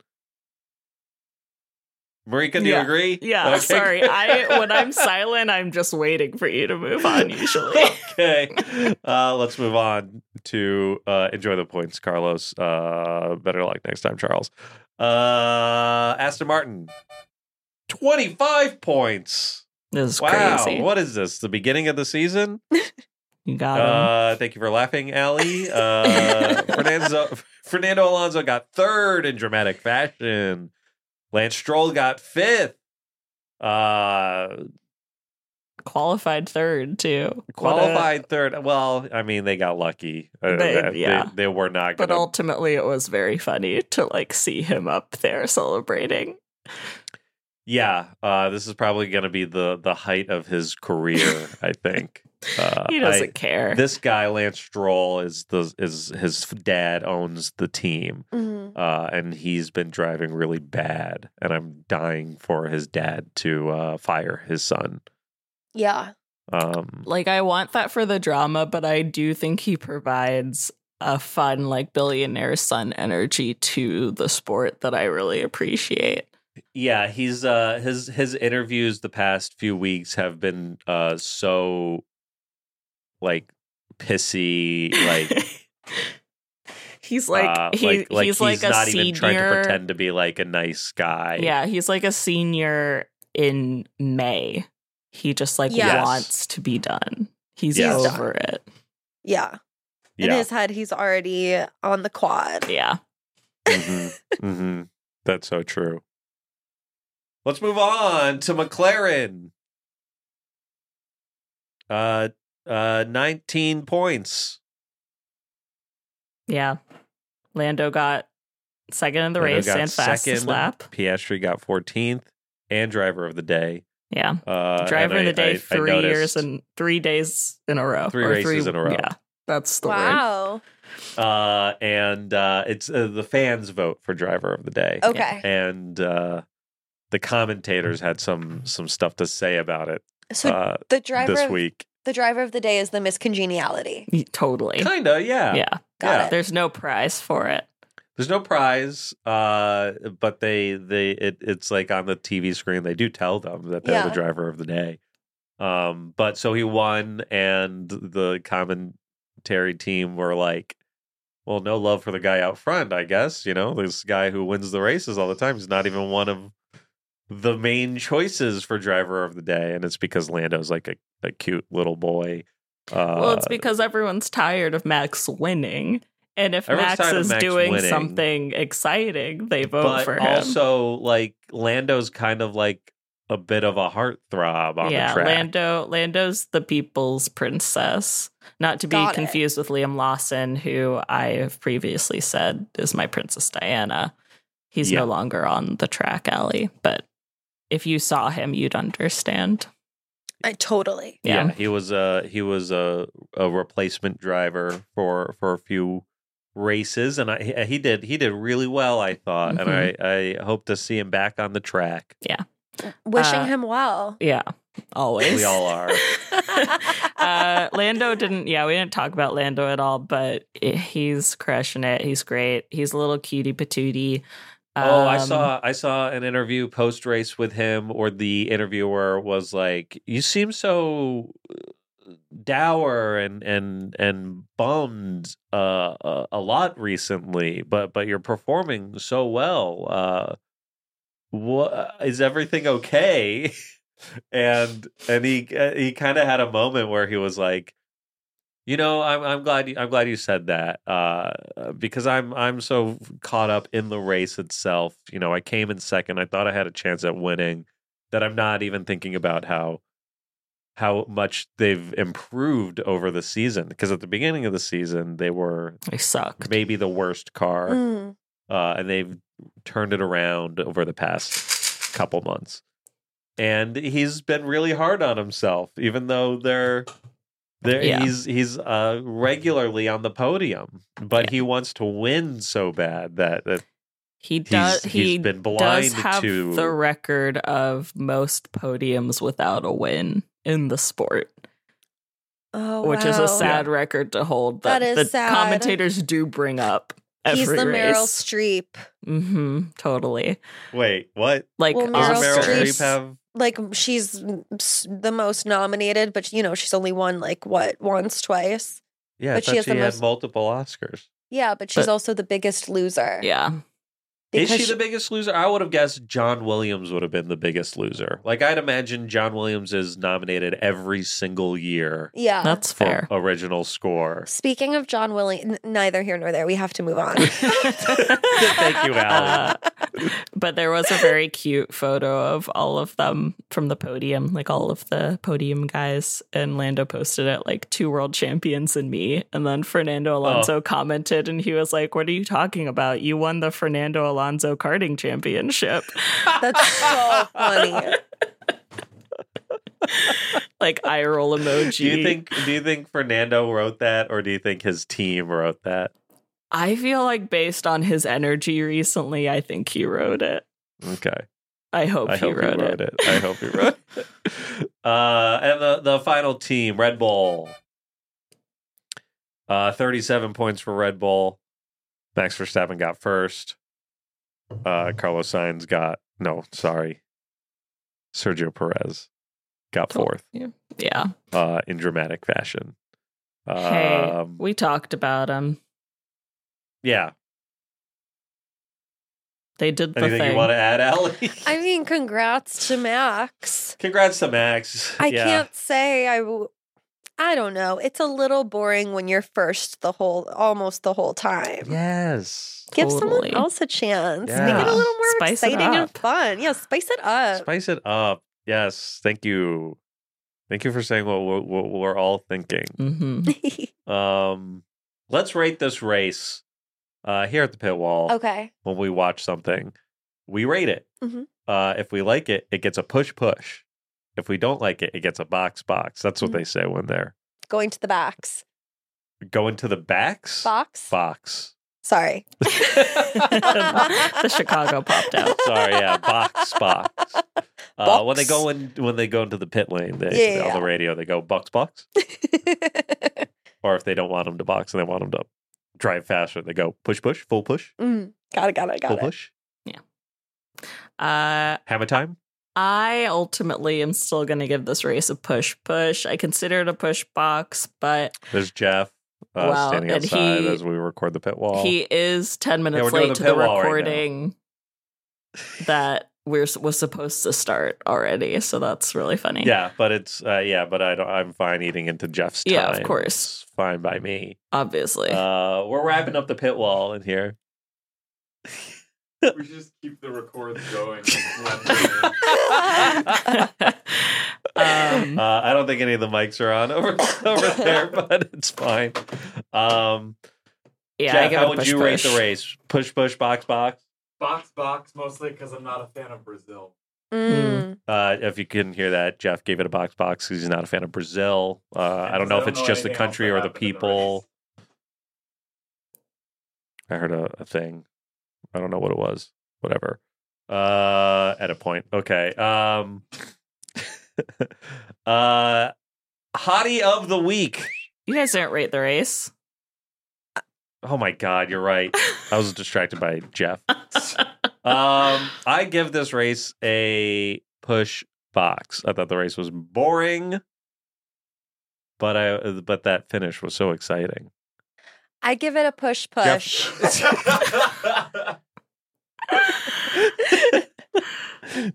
S2: Marika, do
S3: Yeah.
S2: you agree?
S3: Yeah,
S2: Okay.
S3: sorry. I when I'm silent, I'm just waiting for you to move on. Usually,
S2: okay. Uh, let's move on to uh, enjoy the points, Carlos. Uh, better luck next time, Charles. Uh, Aston Martin, twenty five points.
S3: this is
S2: wow,
S3: crazy.
S2: what is this? The beginning of the season?
S3: You got him.
S2: Uh, thank you for laughing, Allie. Uh, Fernando, Fernando Alonso got third in dramatic fashion. Lance Stroll got fifth. Uh,
S3: qualified third too. What a-
S2: qualified third. Well, I mean, they got lucky. Uh,
S3: They-
S2: that they,
S3: yeah.
S2: they were not going
S3: but
S2: to.
S3: ultimately, it was very funny to like see him up there celebrating.
S2: Yeah, uh, this is probably going to be the the height of his career. I think uh,
S3: He
S2: I-
S3: doesn't care.
S2: this guy, Lance Stroll, is the is his dad owns the team.
S4: Mhm.
S2: uh, and he's been driving really bad. And I'm dying for his dad to uh, fire his son.
S4: Yeah.
S2: Um,
S3: like I want that for the drama, but I do think he provides a fun like billionaire son energy to the sport that I really appreciate.
S2: yeah, he's uh, his his interviews the past few weeks have been uh, so like pissy, like.
S3: he's like,
S2: uh,
S3: he, he's like a
S2: not
S3: senior.
S2: even trying to pretend to be like a nice guy.
S3: Yeah, he's like a senior in May. He just like
S4: Yes.
S3: wants to be done. He's
S2: Yes.
S3: over it.
S4: Yeah. In
S2: Yeah.
S4: his head he's already on the quad.
S3: Yeah.
S2: Mm-hmm. mm-hmm. That's so true. Let's move on to McLaren. Uh, uh, 19 points.
S3: Yeah. Lando got second in the
S2: Lando
S3: race
S2: got
S3: and fastest
S2: second.
S3: lap.
S2: Piastri got 14th and driver of the day.
S3: Yeah.
S2: Uh,
S3: driver
S2: and
S3: of the
S2: I-
S3: day
S2: I- I
S3: three
S2: noticed-
S3: years and three days in a row.
S2: Three
S3: Or
S2: races in a row.
S3: Yeah, that's the word.
S4: Wow.
S2: uh, and uh, it's uh, the fans vote for driver of the day.
S3: Oh.
S4: Okay.
S2: And uh, the commentators had some some stuff to say about it
S4: So
S2: uh,
S4: the driver
S2: this
S4: of-
S2: week.
S4: the driver of the day is the miscongeniality.
S3: Y- Totally.
S2: Kinda,
S3: Yeah.
S4: Got
S2: Yeah.
S4: it.
S3: There's no prize for it.
S2: There's no prize, uh, but they they it, it's like on the TV screen. They do tell them that they're the
S4: Yeah.
S2: driver of the day. Um, but so he won, and the commentary team were like, "Well, no love for the guy out front, I guess. You know, this guy who wins the races all the time is not even one of the main choices for driver of the day, and it's because Lando's like a, a cute little boy." Uh,
S3: well, it's because everyone's tired of Max winning. And if
S2: Everyone's
S3: Max
S2: tired of
S3: is
S2: Max
S3: doing
S2: winning.
S3: something exciting, they vote
S2: but
S3: Oh, for him.
S2: also like Lando's kind of like a bit of a heartthrob on
S3: yeah,
S2: the track.
S3: Lando Lando's the people's princess. Not to be
S4: Got it.
S3: confused with Liam Lawson, who I have previously said is my Princess Diana. He's
S2: Yeah.
S3: no longer on the track alley, but if you saw him, you'd understand.
S4: I totally.
S2: yeah.
S3: Yeah.
S2: he was a he was a a replacement driver for for a few races, and I he- he did he did really well, I thought,
S3: Mm-hmm.
S2: and I I hope to see him back on the track.
S4: Wishing
S3: Uh,
S4: him well.
S3: Yeah, always.
S2: We all are.
S3: uh, Lando didn't. Yeah, we didn't talk about Lando at all, but i he's crushing it. He's great. He's a little cutie patootie.
S2: oh, I
S3: Um,
S2: saw I saw an interview post race with him, where the interviewer was like, "You seem so uh, dour and and and bummed uh, a, a lot recently, but but you're performing so well. Uh, what is everything okay?" and and he uh, he kind of had a moment where he was like. You know, I'm I'm glad you, I'm glad you said that uh, because I'm I'm so caught up in the race itself. You know, I came in second. I thought I had a chance at winning. That I'm not even thinking about how how much they've improved over the season. Because at the beginning of the season, they were
S3: He sucked.
S2: maybe the worst car,
S4: Mm.
S2: uh, and they've turned it around over the past couple months. And he's been really hard on himself, even though they're. There,
S3: Yeah.
S2: He's he's uh, regularly on the podium, but he wants to win so bad that, that
S3: He
S2: he's,
S3: does. he
S2: he's been blind
S3: does have
S2: to
S3: the record of most podiums without a win in the sport,
S4: Oh,
S3: which is a
S4: wow.
S3: sad record to hold.
S4: That is
S3: the
S4: sad.
S3: commentators do bring up. Every
S4: He's the
S3: race.
S4: Meryl Streep.
S3: hmm totally.
S2: wait. What
S3: Like
S4: Well, Meryl
S2: does Meryl
S3: Oscars.
S2: Streep have
S4: Like she's the most nominated, but you know she's only won like what once, twice.
S2: Yeah, I
S4: But she
S2: thought
S4: has
S2: she
S4: the
S2: had
S4: most-
S2: multiple Oscars.
S4: Yeah, but she's
S3: But-
S4: also the biggest loser.
S3: Yeah.
S4: because
S2: Is she the biggest loser? I would have guessed John Williams would have been the biggest loser. Like I'd imagine John Williams is nominated every single year
S4: Yeah.
S3: That's
S2: for
S3: fair.
S2: original score.
S4: Speaking of John Williams, neither here nor there. We have to move on.
S2: Thank you, Allie.
S3: Uh, but there was a very cute photo of all of them from the podium, like all of the podium guys. And Lando posted it like two world champions and me. And then Fernando
S2: Oh.
S3: Alonso commented and he was like, What are you talking about? You won the Fernando Alonso karting championship.
S4: That's so funny.
S3: like eye roll emoji.
S2: do you think do you think Fernando wrote that or do you think his team wrote that?
S3: I feel like based on his energy recently, I think he wrote it.
S2: Okay.
S3: I hope,
S2: I
S3: he,
S2: hope he
S3: wrote
S2: wrote it. I hope he wrote it. Uh and the, the final team, Red Bull. Uh 37 points for Red Bull. Max Verstappen got first. Uh Carlos Sainz got no, sorry. Sergio Perez got
S3: Oh.
S2: fourth
S3: Yeah.
S2: uh in dramatic fashion.
S3: hey,
S2: Um,
S3: we talked about him.
S2: yeah.
S3: They did the
S2: Anything
S3: thing.
S2: you want to add, Allie?
S4: I mean, congrats to Max.
S2: Congrats to Max.
S4: I
S2: Yeah.
S4: can't say I. W- I don't know. It's a little boring when you're first the whole, almost the whole time.
S2: Yes.
S4: Give someone
S3: Totally.
S4: else a chance.
S2: Yeah.
S4: Make it a little more
S3: Spice it
S4: exciting and
S3: up.
S4: fun. Yeah, spice it up.
S2: Spice it up. Yes. Thank you. Thank you for saying what we're, what we're all thinking.
S3: hmm
S2: Mm-hmm. Um, let's rate this race uh, here at the pit wall.
S4: okay.
S2: When we watch something, we rate it.
S4: Mhm.
S2: Uh, if we like it, it gets a push push. If we don't like it, it gets a box box. That's what
S4: Mhm.
S2: they say when they're
S4: Going to the box.
S2: going to the backs.
S4: Box?
S2: Box.
S4: Sorry.
S3: The Chicago popped out.
S2: Sorry, yeah, box, box. Uh, when they
S4: Box.
S2: go in, when they go into the pit lane, they,
S4: Yeah, yeah,
S2: on the radio, they go box, box. or if they don't want them to box and they want them to drive faster, they go push, push, full push,
S4: Mm, got it, got it, got
S2: full
S4: it.
S2: push,
S3: Uh,
S2: hammer time.
S3: I ultimately am still going to give this race a push push. I consider it a push box, but
S2: There's Jeff uh,
S3: Wow,
S2: standing
S3: and
S2: outside
S3: he-
S2: as we record the pit wall.
S3: he is 10
S2: we're
S3: minutes
S2: doing
S3: late
S2: the
S3: to
S2: pit
S3: the
S2: wall right now.
S3: recording that we're was supposed to start already. So that's really funny.
S2: yeah, but it's uh, yeah, but I don't. I'm fine eating into Jeff's time.
S3: Yeah, of course.
S2: It's fine by me.
S3: Obviously.
S2: Uh, we're wrapping up the pit wall in here.
S8: We should just keep the records going. and let them in.
S3: um,
S2: Uh, I don't think any of the mics are on over over there, but it's fine. Um,
S3: yeah, I
S2: Jeff,
S3: give
S2: how
S3: it
S2: would
S3: push,
S2: you
S3: push.
S2: rate the race? Push, push, box, box.
S8: box, box, mostly because I'm not a fan of Brazil.
S4: Mm.
S2: Uh, if you couldn't hear that, Jeff gave it a box, box because he's not a fan of Brazil. Uh, I don't know if it's just the
S8: anything else
S2: country
S8: that
S2: or the
S8: happened in
S2: people.
S8: race.
S2: I heard a, a thing. I don't know what it was. Whatever. Uh at a point. Okay. Um uh Hottie of the week.
S3: You guys didn't rate the race.
S2: Oh my god, you're right. I was distracted by Jeff. Um I give this race a push box. I thought the race was boring. But I but that finish was so exciting.
S4: I give it a push push.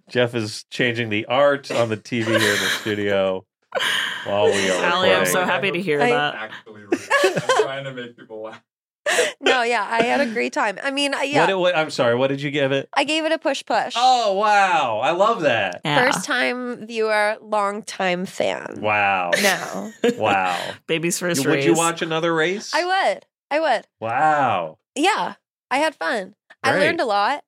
S2: Jeff is changing the art on the TV here in the studio while we are
S3: Allie, I'm so
S2: recording.
S3: happy to hear
S4: I-
S3: that.
S8: Actually, rude. I'm trying to make people laugh.
S4: no, yeah, I had a great time. I mean, I- yeah,
S2: What, what, I'm sorry. What did you give it?
S4: I gave it a push push.
S2: Oh wow! I love that.
S3: Yeah.
S4: First time viewer, long time fan.
S2: Wow!
S4: No,
S2: Wow!
S3: Baby's first
S2: would
S3: race.
S2: you watch another race?
S4: I would. I would.
S2: Wow!
S4: Yeah, I had fun. I
S2: Great.
S4: learned a lot.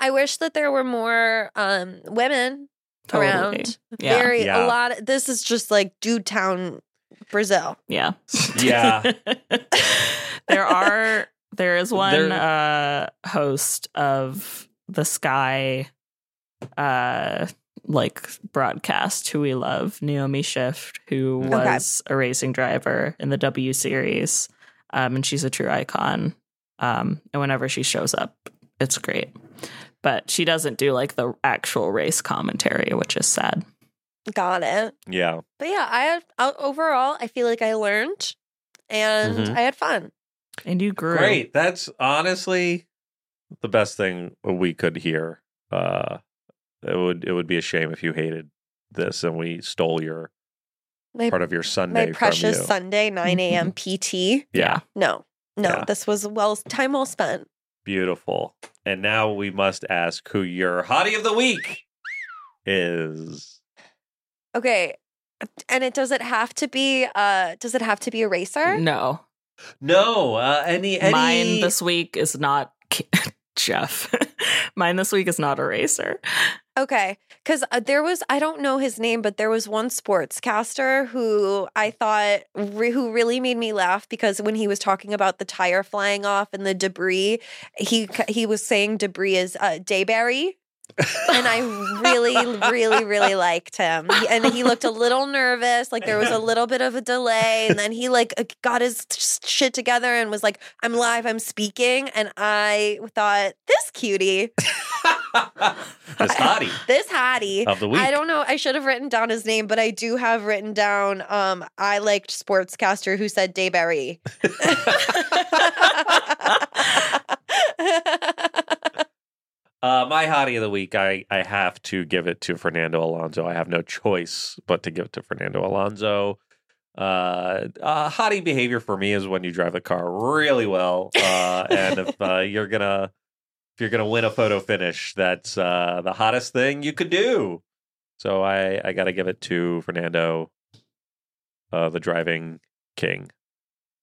S4: I wish that there were more um, women
S3: Totally.
S4: around.
S3: Yeah.
S4: Very
S2: Yeah.
S4: a lot. this is just like dude town, Brazil.
S3: Yeah.
S2: Yeah.
S3: there are there is one
S2: There-
S3: uh host of the Sky uh like broadcast who we love, Naomi Shift, who
S2: Okay.
S3: was a racing driver in the W series. Um and she's a true icon. Um and whenever she shows up, it's great. But she doesn't do like the actual race commentary, which is sad.
S4: Got it.
S2: Yeah.
S4: But yeah, I had o- overall, I feel like I learned and
S2: Mhm.
S4: I had fun.
S3: And you grew
S2: Great. That's honestly the best thing we could hear. Uh, it would it would be a shame if you hated this and we stole your
S4: My,
S2: part of your
S4: my
S2: Sunday
S4: precious
S2: from you.
S4: Sunday, 9 a.m. PT.
S2: yeah.
S4: No, no,
S2: Yeah.
S4: this was well time well spent.
S2: Beautiful. And now we must ask who your hottie of the week is.
S4: Okay. And it does it have to be uh does it have to be a racer?
S3: No.
S2: No, uh, any any
S3: Mine this week is not Jeff. Mine this week is not a racer.
S4: Okay, because uh, there was I don't know his name, but there was one sportscaster who I thought re- who really made me laugh because when he was talking about the tire flying off and the debris, he c- he was saying debris is uh, Dayberry. and I really, really, really liked him. He- And he looked a little nervous, like there was a little bit of a delay. And then he like uh, got his shit together and was like, "I'm live, I'm speaking." And I thought, "This cutie,
S2: this hottie
S4: this hottie,
S2: of the week.
S4: I don't know. I should have written down his name, but I do have written down. Um, I liked sportscaster who said Dayberry.
S2: Uh, my hottie of the week, I, I have to give it to Fernando Alonso. I have no choice but to give it to Fernando Alonso. Uh, uh, hottie behavior for me is when you drive the car really well, uh, and if uh, you're gonna if you're gonna win a photo finish, that's uh, the hottest thing you could do. So I I got to give it to Fernando, uh, the driving king.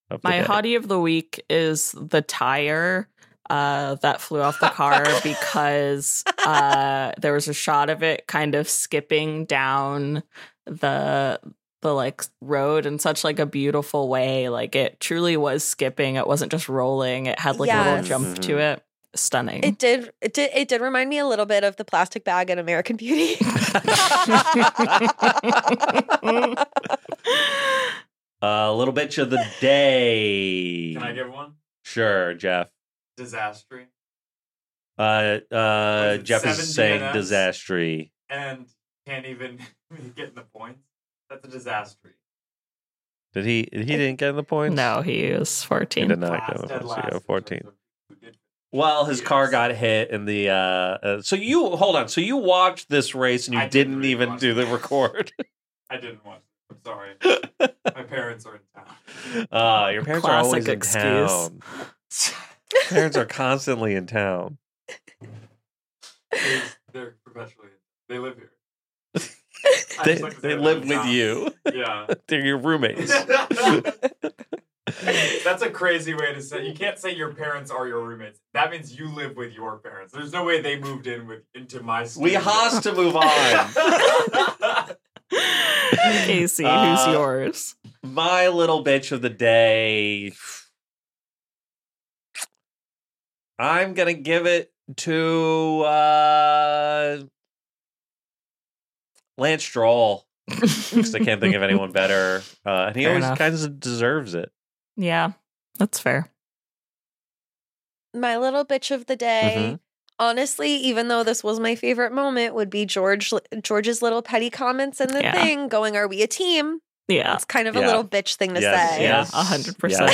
S2: Of the
S3: My
S2: day.
S3: hottie of the week is the tire uh, that flew off the car because uh, there was a shot of it kind of skipping down the the like road in such like a beautiful way. Like it truly was skipping. It wasn't just rolling. It had like a little
S4: Yes.
S3: jump to it. Stunning.
S4: it did. It did. It did remind me a little bit of the plastic bag in American Beauty.
S2: uh, little bitch of the day.
S8: Can I give one?
S2: Sure, Jeff.
S8: Disaster
S2: Uh, uh,
S8: Was it
S2: Jeff
S8: seven
S2: is saying
S8: DNFs?
S2: disastry.
S8: and can't even get in the points. That's a disaster.
S2: Did he? He didn't get the points.
S3: no, he is
S2: he
S3: 14.
S2: did not get the
S8: dead
S2: points. He got
S8: in
S2: fourteen.
S8: terms of who did-
S2: Well, his
S8: Yes.
S2: car got hit in the. Uh, uh, so you hold on. So you watched this race and you
S8: I didn't
S2: didn't
S8: really
S2: even
S8: watch
S2: do the
S8: it.
S2: record.
S8: I didn't watch. it. I'm sorry. My parents are in town.
S2: Uh, your parents are always
S3: Classic
S2: in
S3: excuse.
S2: town. parents are constantly in town.
S8: It's- They're perpetually. They live here. I
S2: They,
S8: just like to
S2: they
S8: say that
S2: live
S8: out
S2: with
S8: loud.
S2: you.
S8: Yeah.
S2: They're your roommates.
S8: That's a crazy way to say. You can't say your parents are your roommates. That means you live with your parents. There's no way they moved in with into my.
S2: we
S8: studio.
S2: has to move on.
S3: Casey, who's
S2: Uh,
S3: yours?
S2: My little bitch of the day. I'm gonna give it to uh Lance Stroll because I can't think of anyone better. Uh, and he
S3: Fair
S2: always
S3: enough.
S2: kind of deserves it.
S3: Yeah, that's fair.
S4: My little bitch of the day.
S3: Mm-hmm.
S4: Honestly, even though this was my favorite moment, would be George George's little petty comments in the
S3: Yeah.
S4: thing going, "Are we a team?"
S3: Yeah,
S4: It's kind of a
S2: Yeah.
S4: little bitch thing to
S2: Yes,
S4: say.
S3: yeah,
S2: yes,
S3: a hundred percent.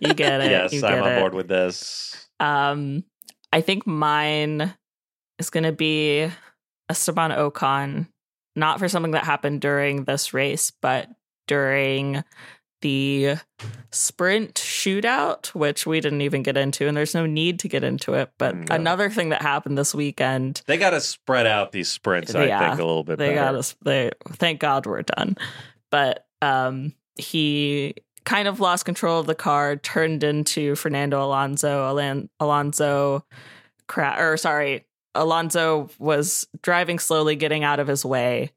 S3: You get it.
S2: Yes,
S3: you get
S2: I'm on
S3: it.
S2: board with this.
S3: Um, I think mine is going to be Esteban Ocon, not for something that happened during this race, but during the sprint shootout, which we didn't even get into, and there's no need to get into it. But
S2: No.
S3: another thing that happened this weekend
S2: They got to spread out these sprints, I
S3: Yeah,
S2: think, a little bit
S3: they
S2: better.
S3: got us they thank god we're done but um he kind of lost control of the car turned into fernando alonso Alan, alonso cra- or sorry alonso was driving slowly getting out of his way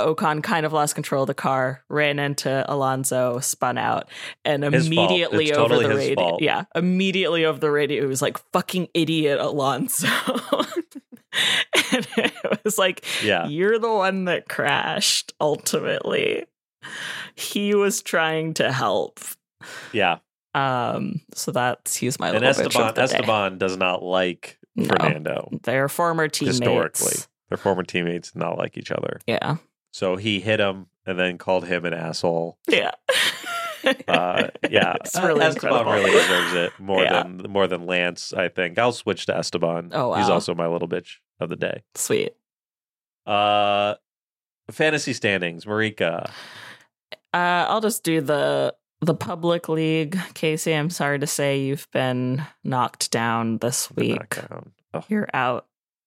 S3: Ocon kind of lost control of the car, ran into Alonso, spun out, and
S2: His fault.
S3: immediately
S2: It's
S3: over
S2: totally
S3: the
S2: his
S3: radio.
S2: fault.
S3: Yeah, immediately over the radio, it was like fucking idiot Alonso. and it was like
S2: yeah.
S3: you're the one that crashed ultimately. He was trying to help.
S2: Yeah.
S3: Um, so that's he's my
S2: And
S3: little bitch
S2: Esteban
S3: of the day.
S2: Esteban does not like
S3: No.
S2: Fernando.
S3: They're former teammates.
S2: Historically. Their former teammates did not like each other.
S3: Yeah.
S2: So he hit him and then called him an asshole.
S3: Yeah.
S2: Uh, yeah.
S3: It's really
S2: Esteban
S3: incredible.
S2: really deserves it more
S3: Yeah.
S2: than more than Lance, I think. I'll switch to Esteban.
S3: Oh,
S2: He's
S3: wow.
S2: also my little bitch of the day.
S3: Sweet.
S2: Uh fantasy standings, Marika.
S3: Uh, I'll just do the the public league. Casey, I'm sorry to say you've been knocked down this
S2: Did not
S3: week.
S2: count. Oh,
S3: You're out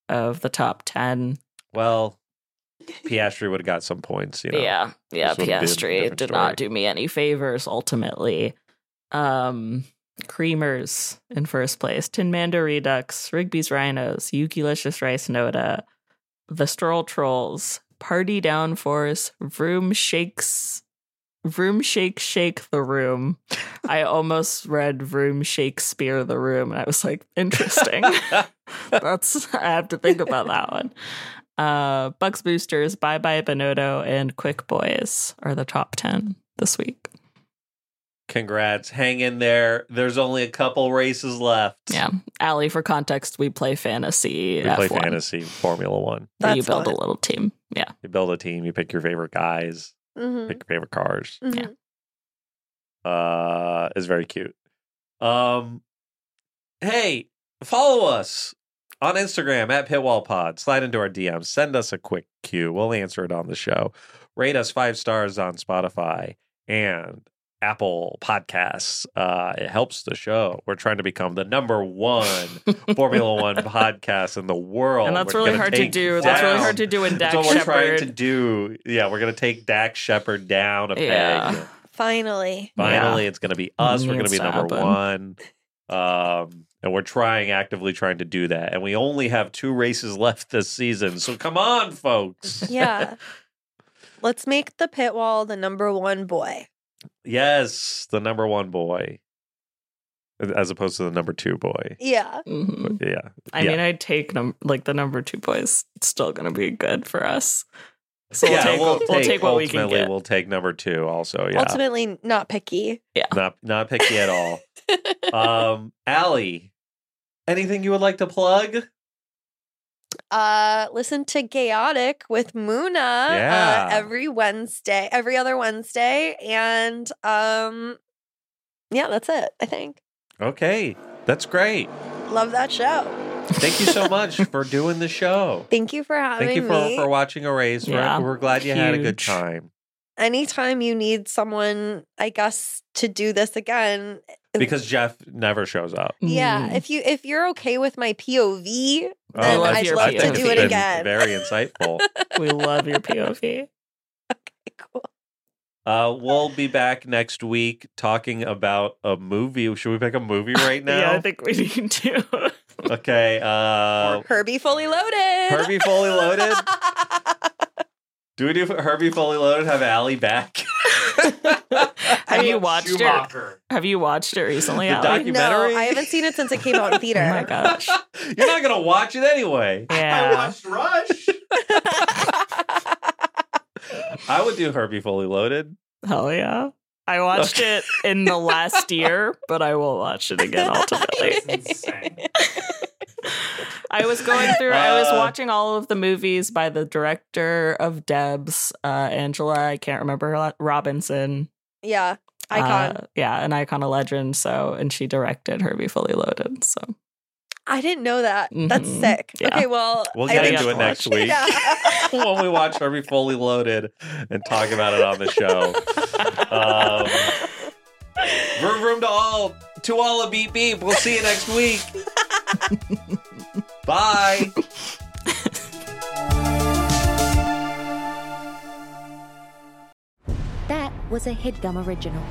S3: of the top ten.
S2: well, Piastri would have got some points, you know.
S3: yeah yeah
S2: this would be a
S3: piastri
S2: different
S3: did
S2: story.
S3: not do me any favors ultimately um creamers in first place tin mando redux rigby's rhinos yuki licious rice noda the stroll trolls party downforce vroom shakes Vroom shake shake the room. I almost read Vroom Shakespeare the room, and I was like, interesting. That's I have to think about that one. Uh, Bugs Boosters, Bye Bye Bonotto, and Quick Boys are the top ten this week.
S2: Congrats. Hang in there. There's only a couple races left.
S3: Yeah, Allie, for context, we play fantasy.
S2: We play
S3: F1,
S2: fantasy Formula One.
S3: where you
S4: That's
S3: build
S4: fun.
S3: a little team. Yeah,
S2: You build a team, you pick your favorite guys,
S4: Mm-hmm.
S2: pick your favorite cars.
S4: Mhm,
S3: Yeah.
S4: mhm.
S2: Uh is very cute. Um hey, follow us on Instagram at pitwallpod. Slide into our DMs. Send us a quick cue. We'll answer it on the show. Rate us five stars on Spotify and Apple Podcasts. Uh, it helps the show. We're trying to become the number one Formula One podcast in the world.
S3: and that's
S2: Oh, We're
S3: really
S2: gonna
S3: hard to
S2: take
S3: do. That's really
S2: down-
S3: hard to do in
S2: That's
S3: Dak
S2: what we're trying to
S3: Shepard.
S2: do. Yeah, we're gonna take Dak Shepard down a peg.
S3: Yeah.
S4: Finally,
S2: Finally, it's gonna be us. We're gonna
S3: Needs
S2: be
S3: to
S2: number
S3: happen.
S2: one. Um, and we're trying actively trying to do that. And we only have two races left this season. So come on, folks.
S4: yeah. Let's make the pit wall the number one boy.
S2: Yes, the number one boy. As opposed to the number two boy.
S4: Yeah.
S3: Mhm.
S2: Yeah.
S3: I
S2: Yeah.
S3: mean, I'd take num- like the number two boys. It's still going to be good for us. So we'll,
S2: Yeah,
S3: take, we'll, take what we can
S2: ultimately,
S3: get.
S2: We'll take number two also. Yeah.
S4: Ultimately, not picky.
S2: Not not picky at all. um Allie, anything you would like to plug?
S4: uh listen to chaotic with muna
S2: Yeah.
S4: uh, every wednesday every other wednesday and um yeah that's it i think
S2: Okay. That's great.
S4: love that show
S2: Thank you so much for doing the show.
S4: thank you for having
S2: Thank you for,
S4: me
S2: for watching a race. We're-
S3: Yeah.
S2: We're, glad you had a good
S3: Huge.
S2: time.
S4: anytime you need someone, I guess, to do this again,
S2: because Jeff never shows up. Mm.
S4: yeah, if you if you're okay with my POV,
S2: Um,
S4: then
S3: love
S4: I'd
S3: your
S4: love to
S3: POV.
S4: do it
S2: been
S4: again.
S2: Very insightful.
S3: Mm-hmm. we love your POV.
S4: cool.
S2: Uh, we'll be back next week talking about a movie. Should we pick a movie right now?
S3: Yeah, I think we need to.
S2: okay. Uh,
S4: Herbie fully loaded.
S2: Herbie Fully Loaded? do we do Herbie Fully Loaded? Have Allie back?
S3: Have you watched it?
S8: Schumacher.
S3: Have you watched it recently?
S2: The
S3: Allie?
S2: docu- Documentary?
S4: No, I haven't seen it since it came out in theater.
S3: oh my gosh!
S2: You're not gonna watch it anyway.
S8: I
S3: Yeah,
S8: watched Rush.
S2: I would do Herbie Fully Loaded.
S3: hell yeah! I watched it in the last year, but I will watch it again ultimately.
S8: It's insane.
S3: I was going through. I was
S2: Uh,
S3: watching all of the movies by the director of Debs, uh, Angela. I can't remember her la- Robinson.
S4: Yeah, icon.
S3: Uh, yeah, an icon, a legend. So, and she directed Herbie Fully Loaded. So,
S4: I didn't know that. That's
S3: Mhm.
S4: sick.
S3: Yeah.
S4: Okay, well,
S2: We'll
S4: I
S2: get
S4: would-
S2: into
S3: gotta
S2: it next
S3: watch
S2: week
S4: Yeah.
S2: when we watch Herbie Fully Loaded and talk about it on the show. Um, vroom vroom to all to all a beep beep. We'll see you next week. Bye.
S1: That was a headgum original.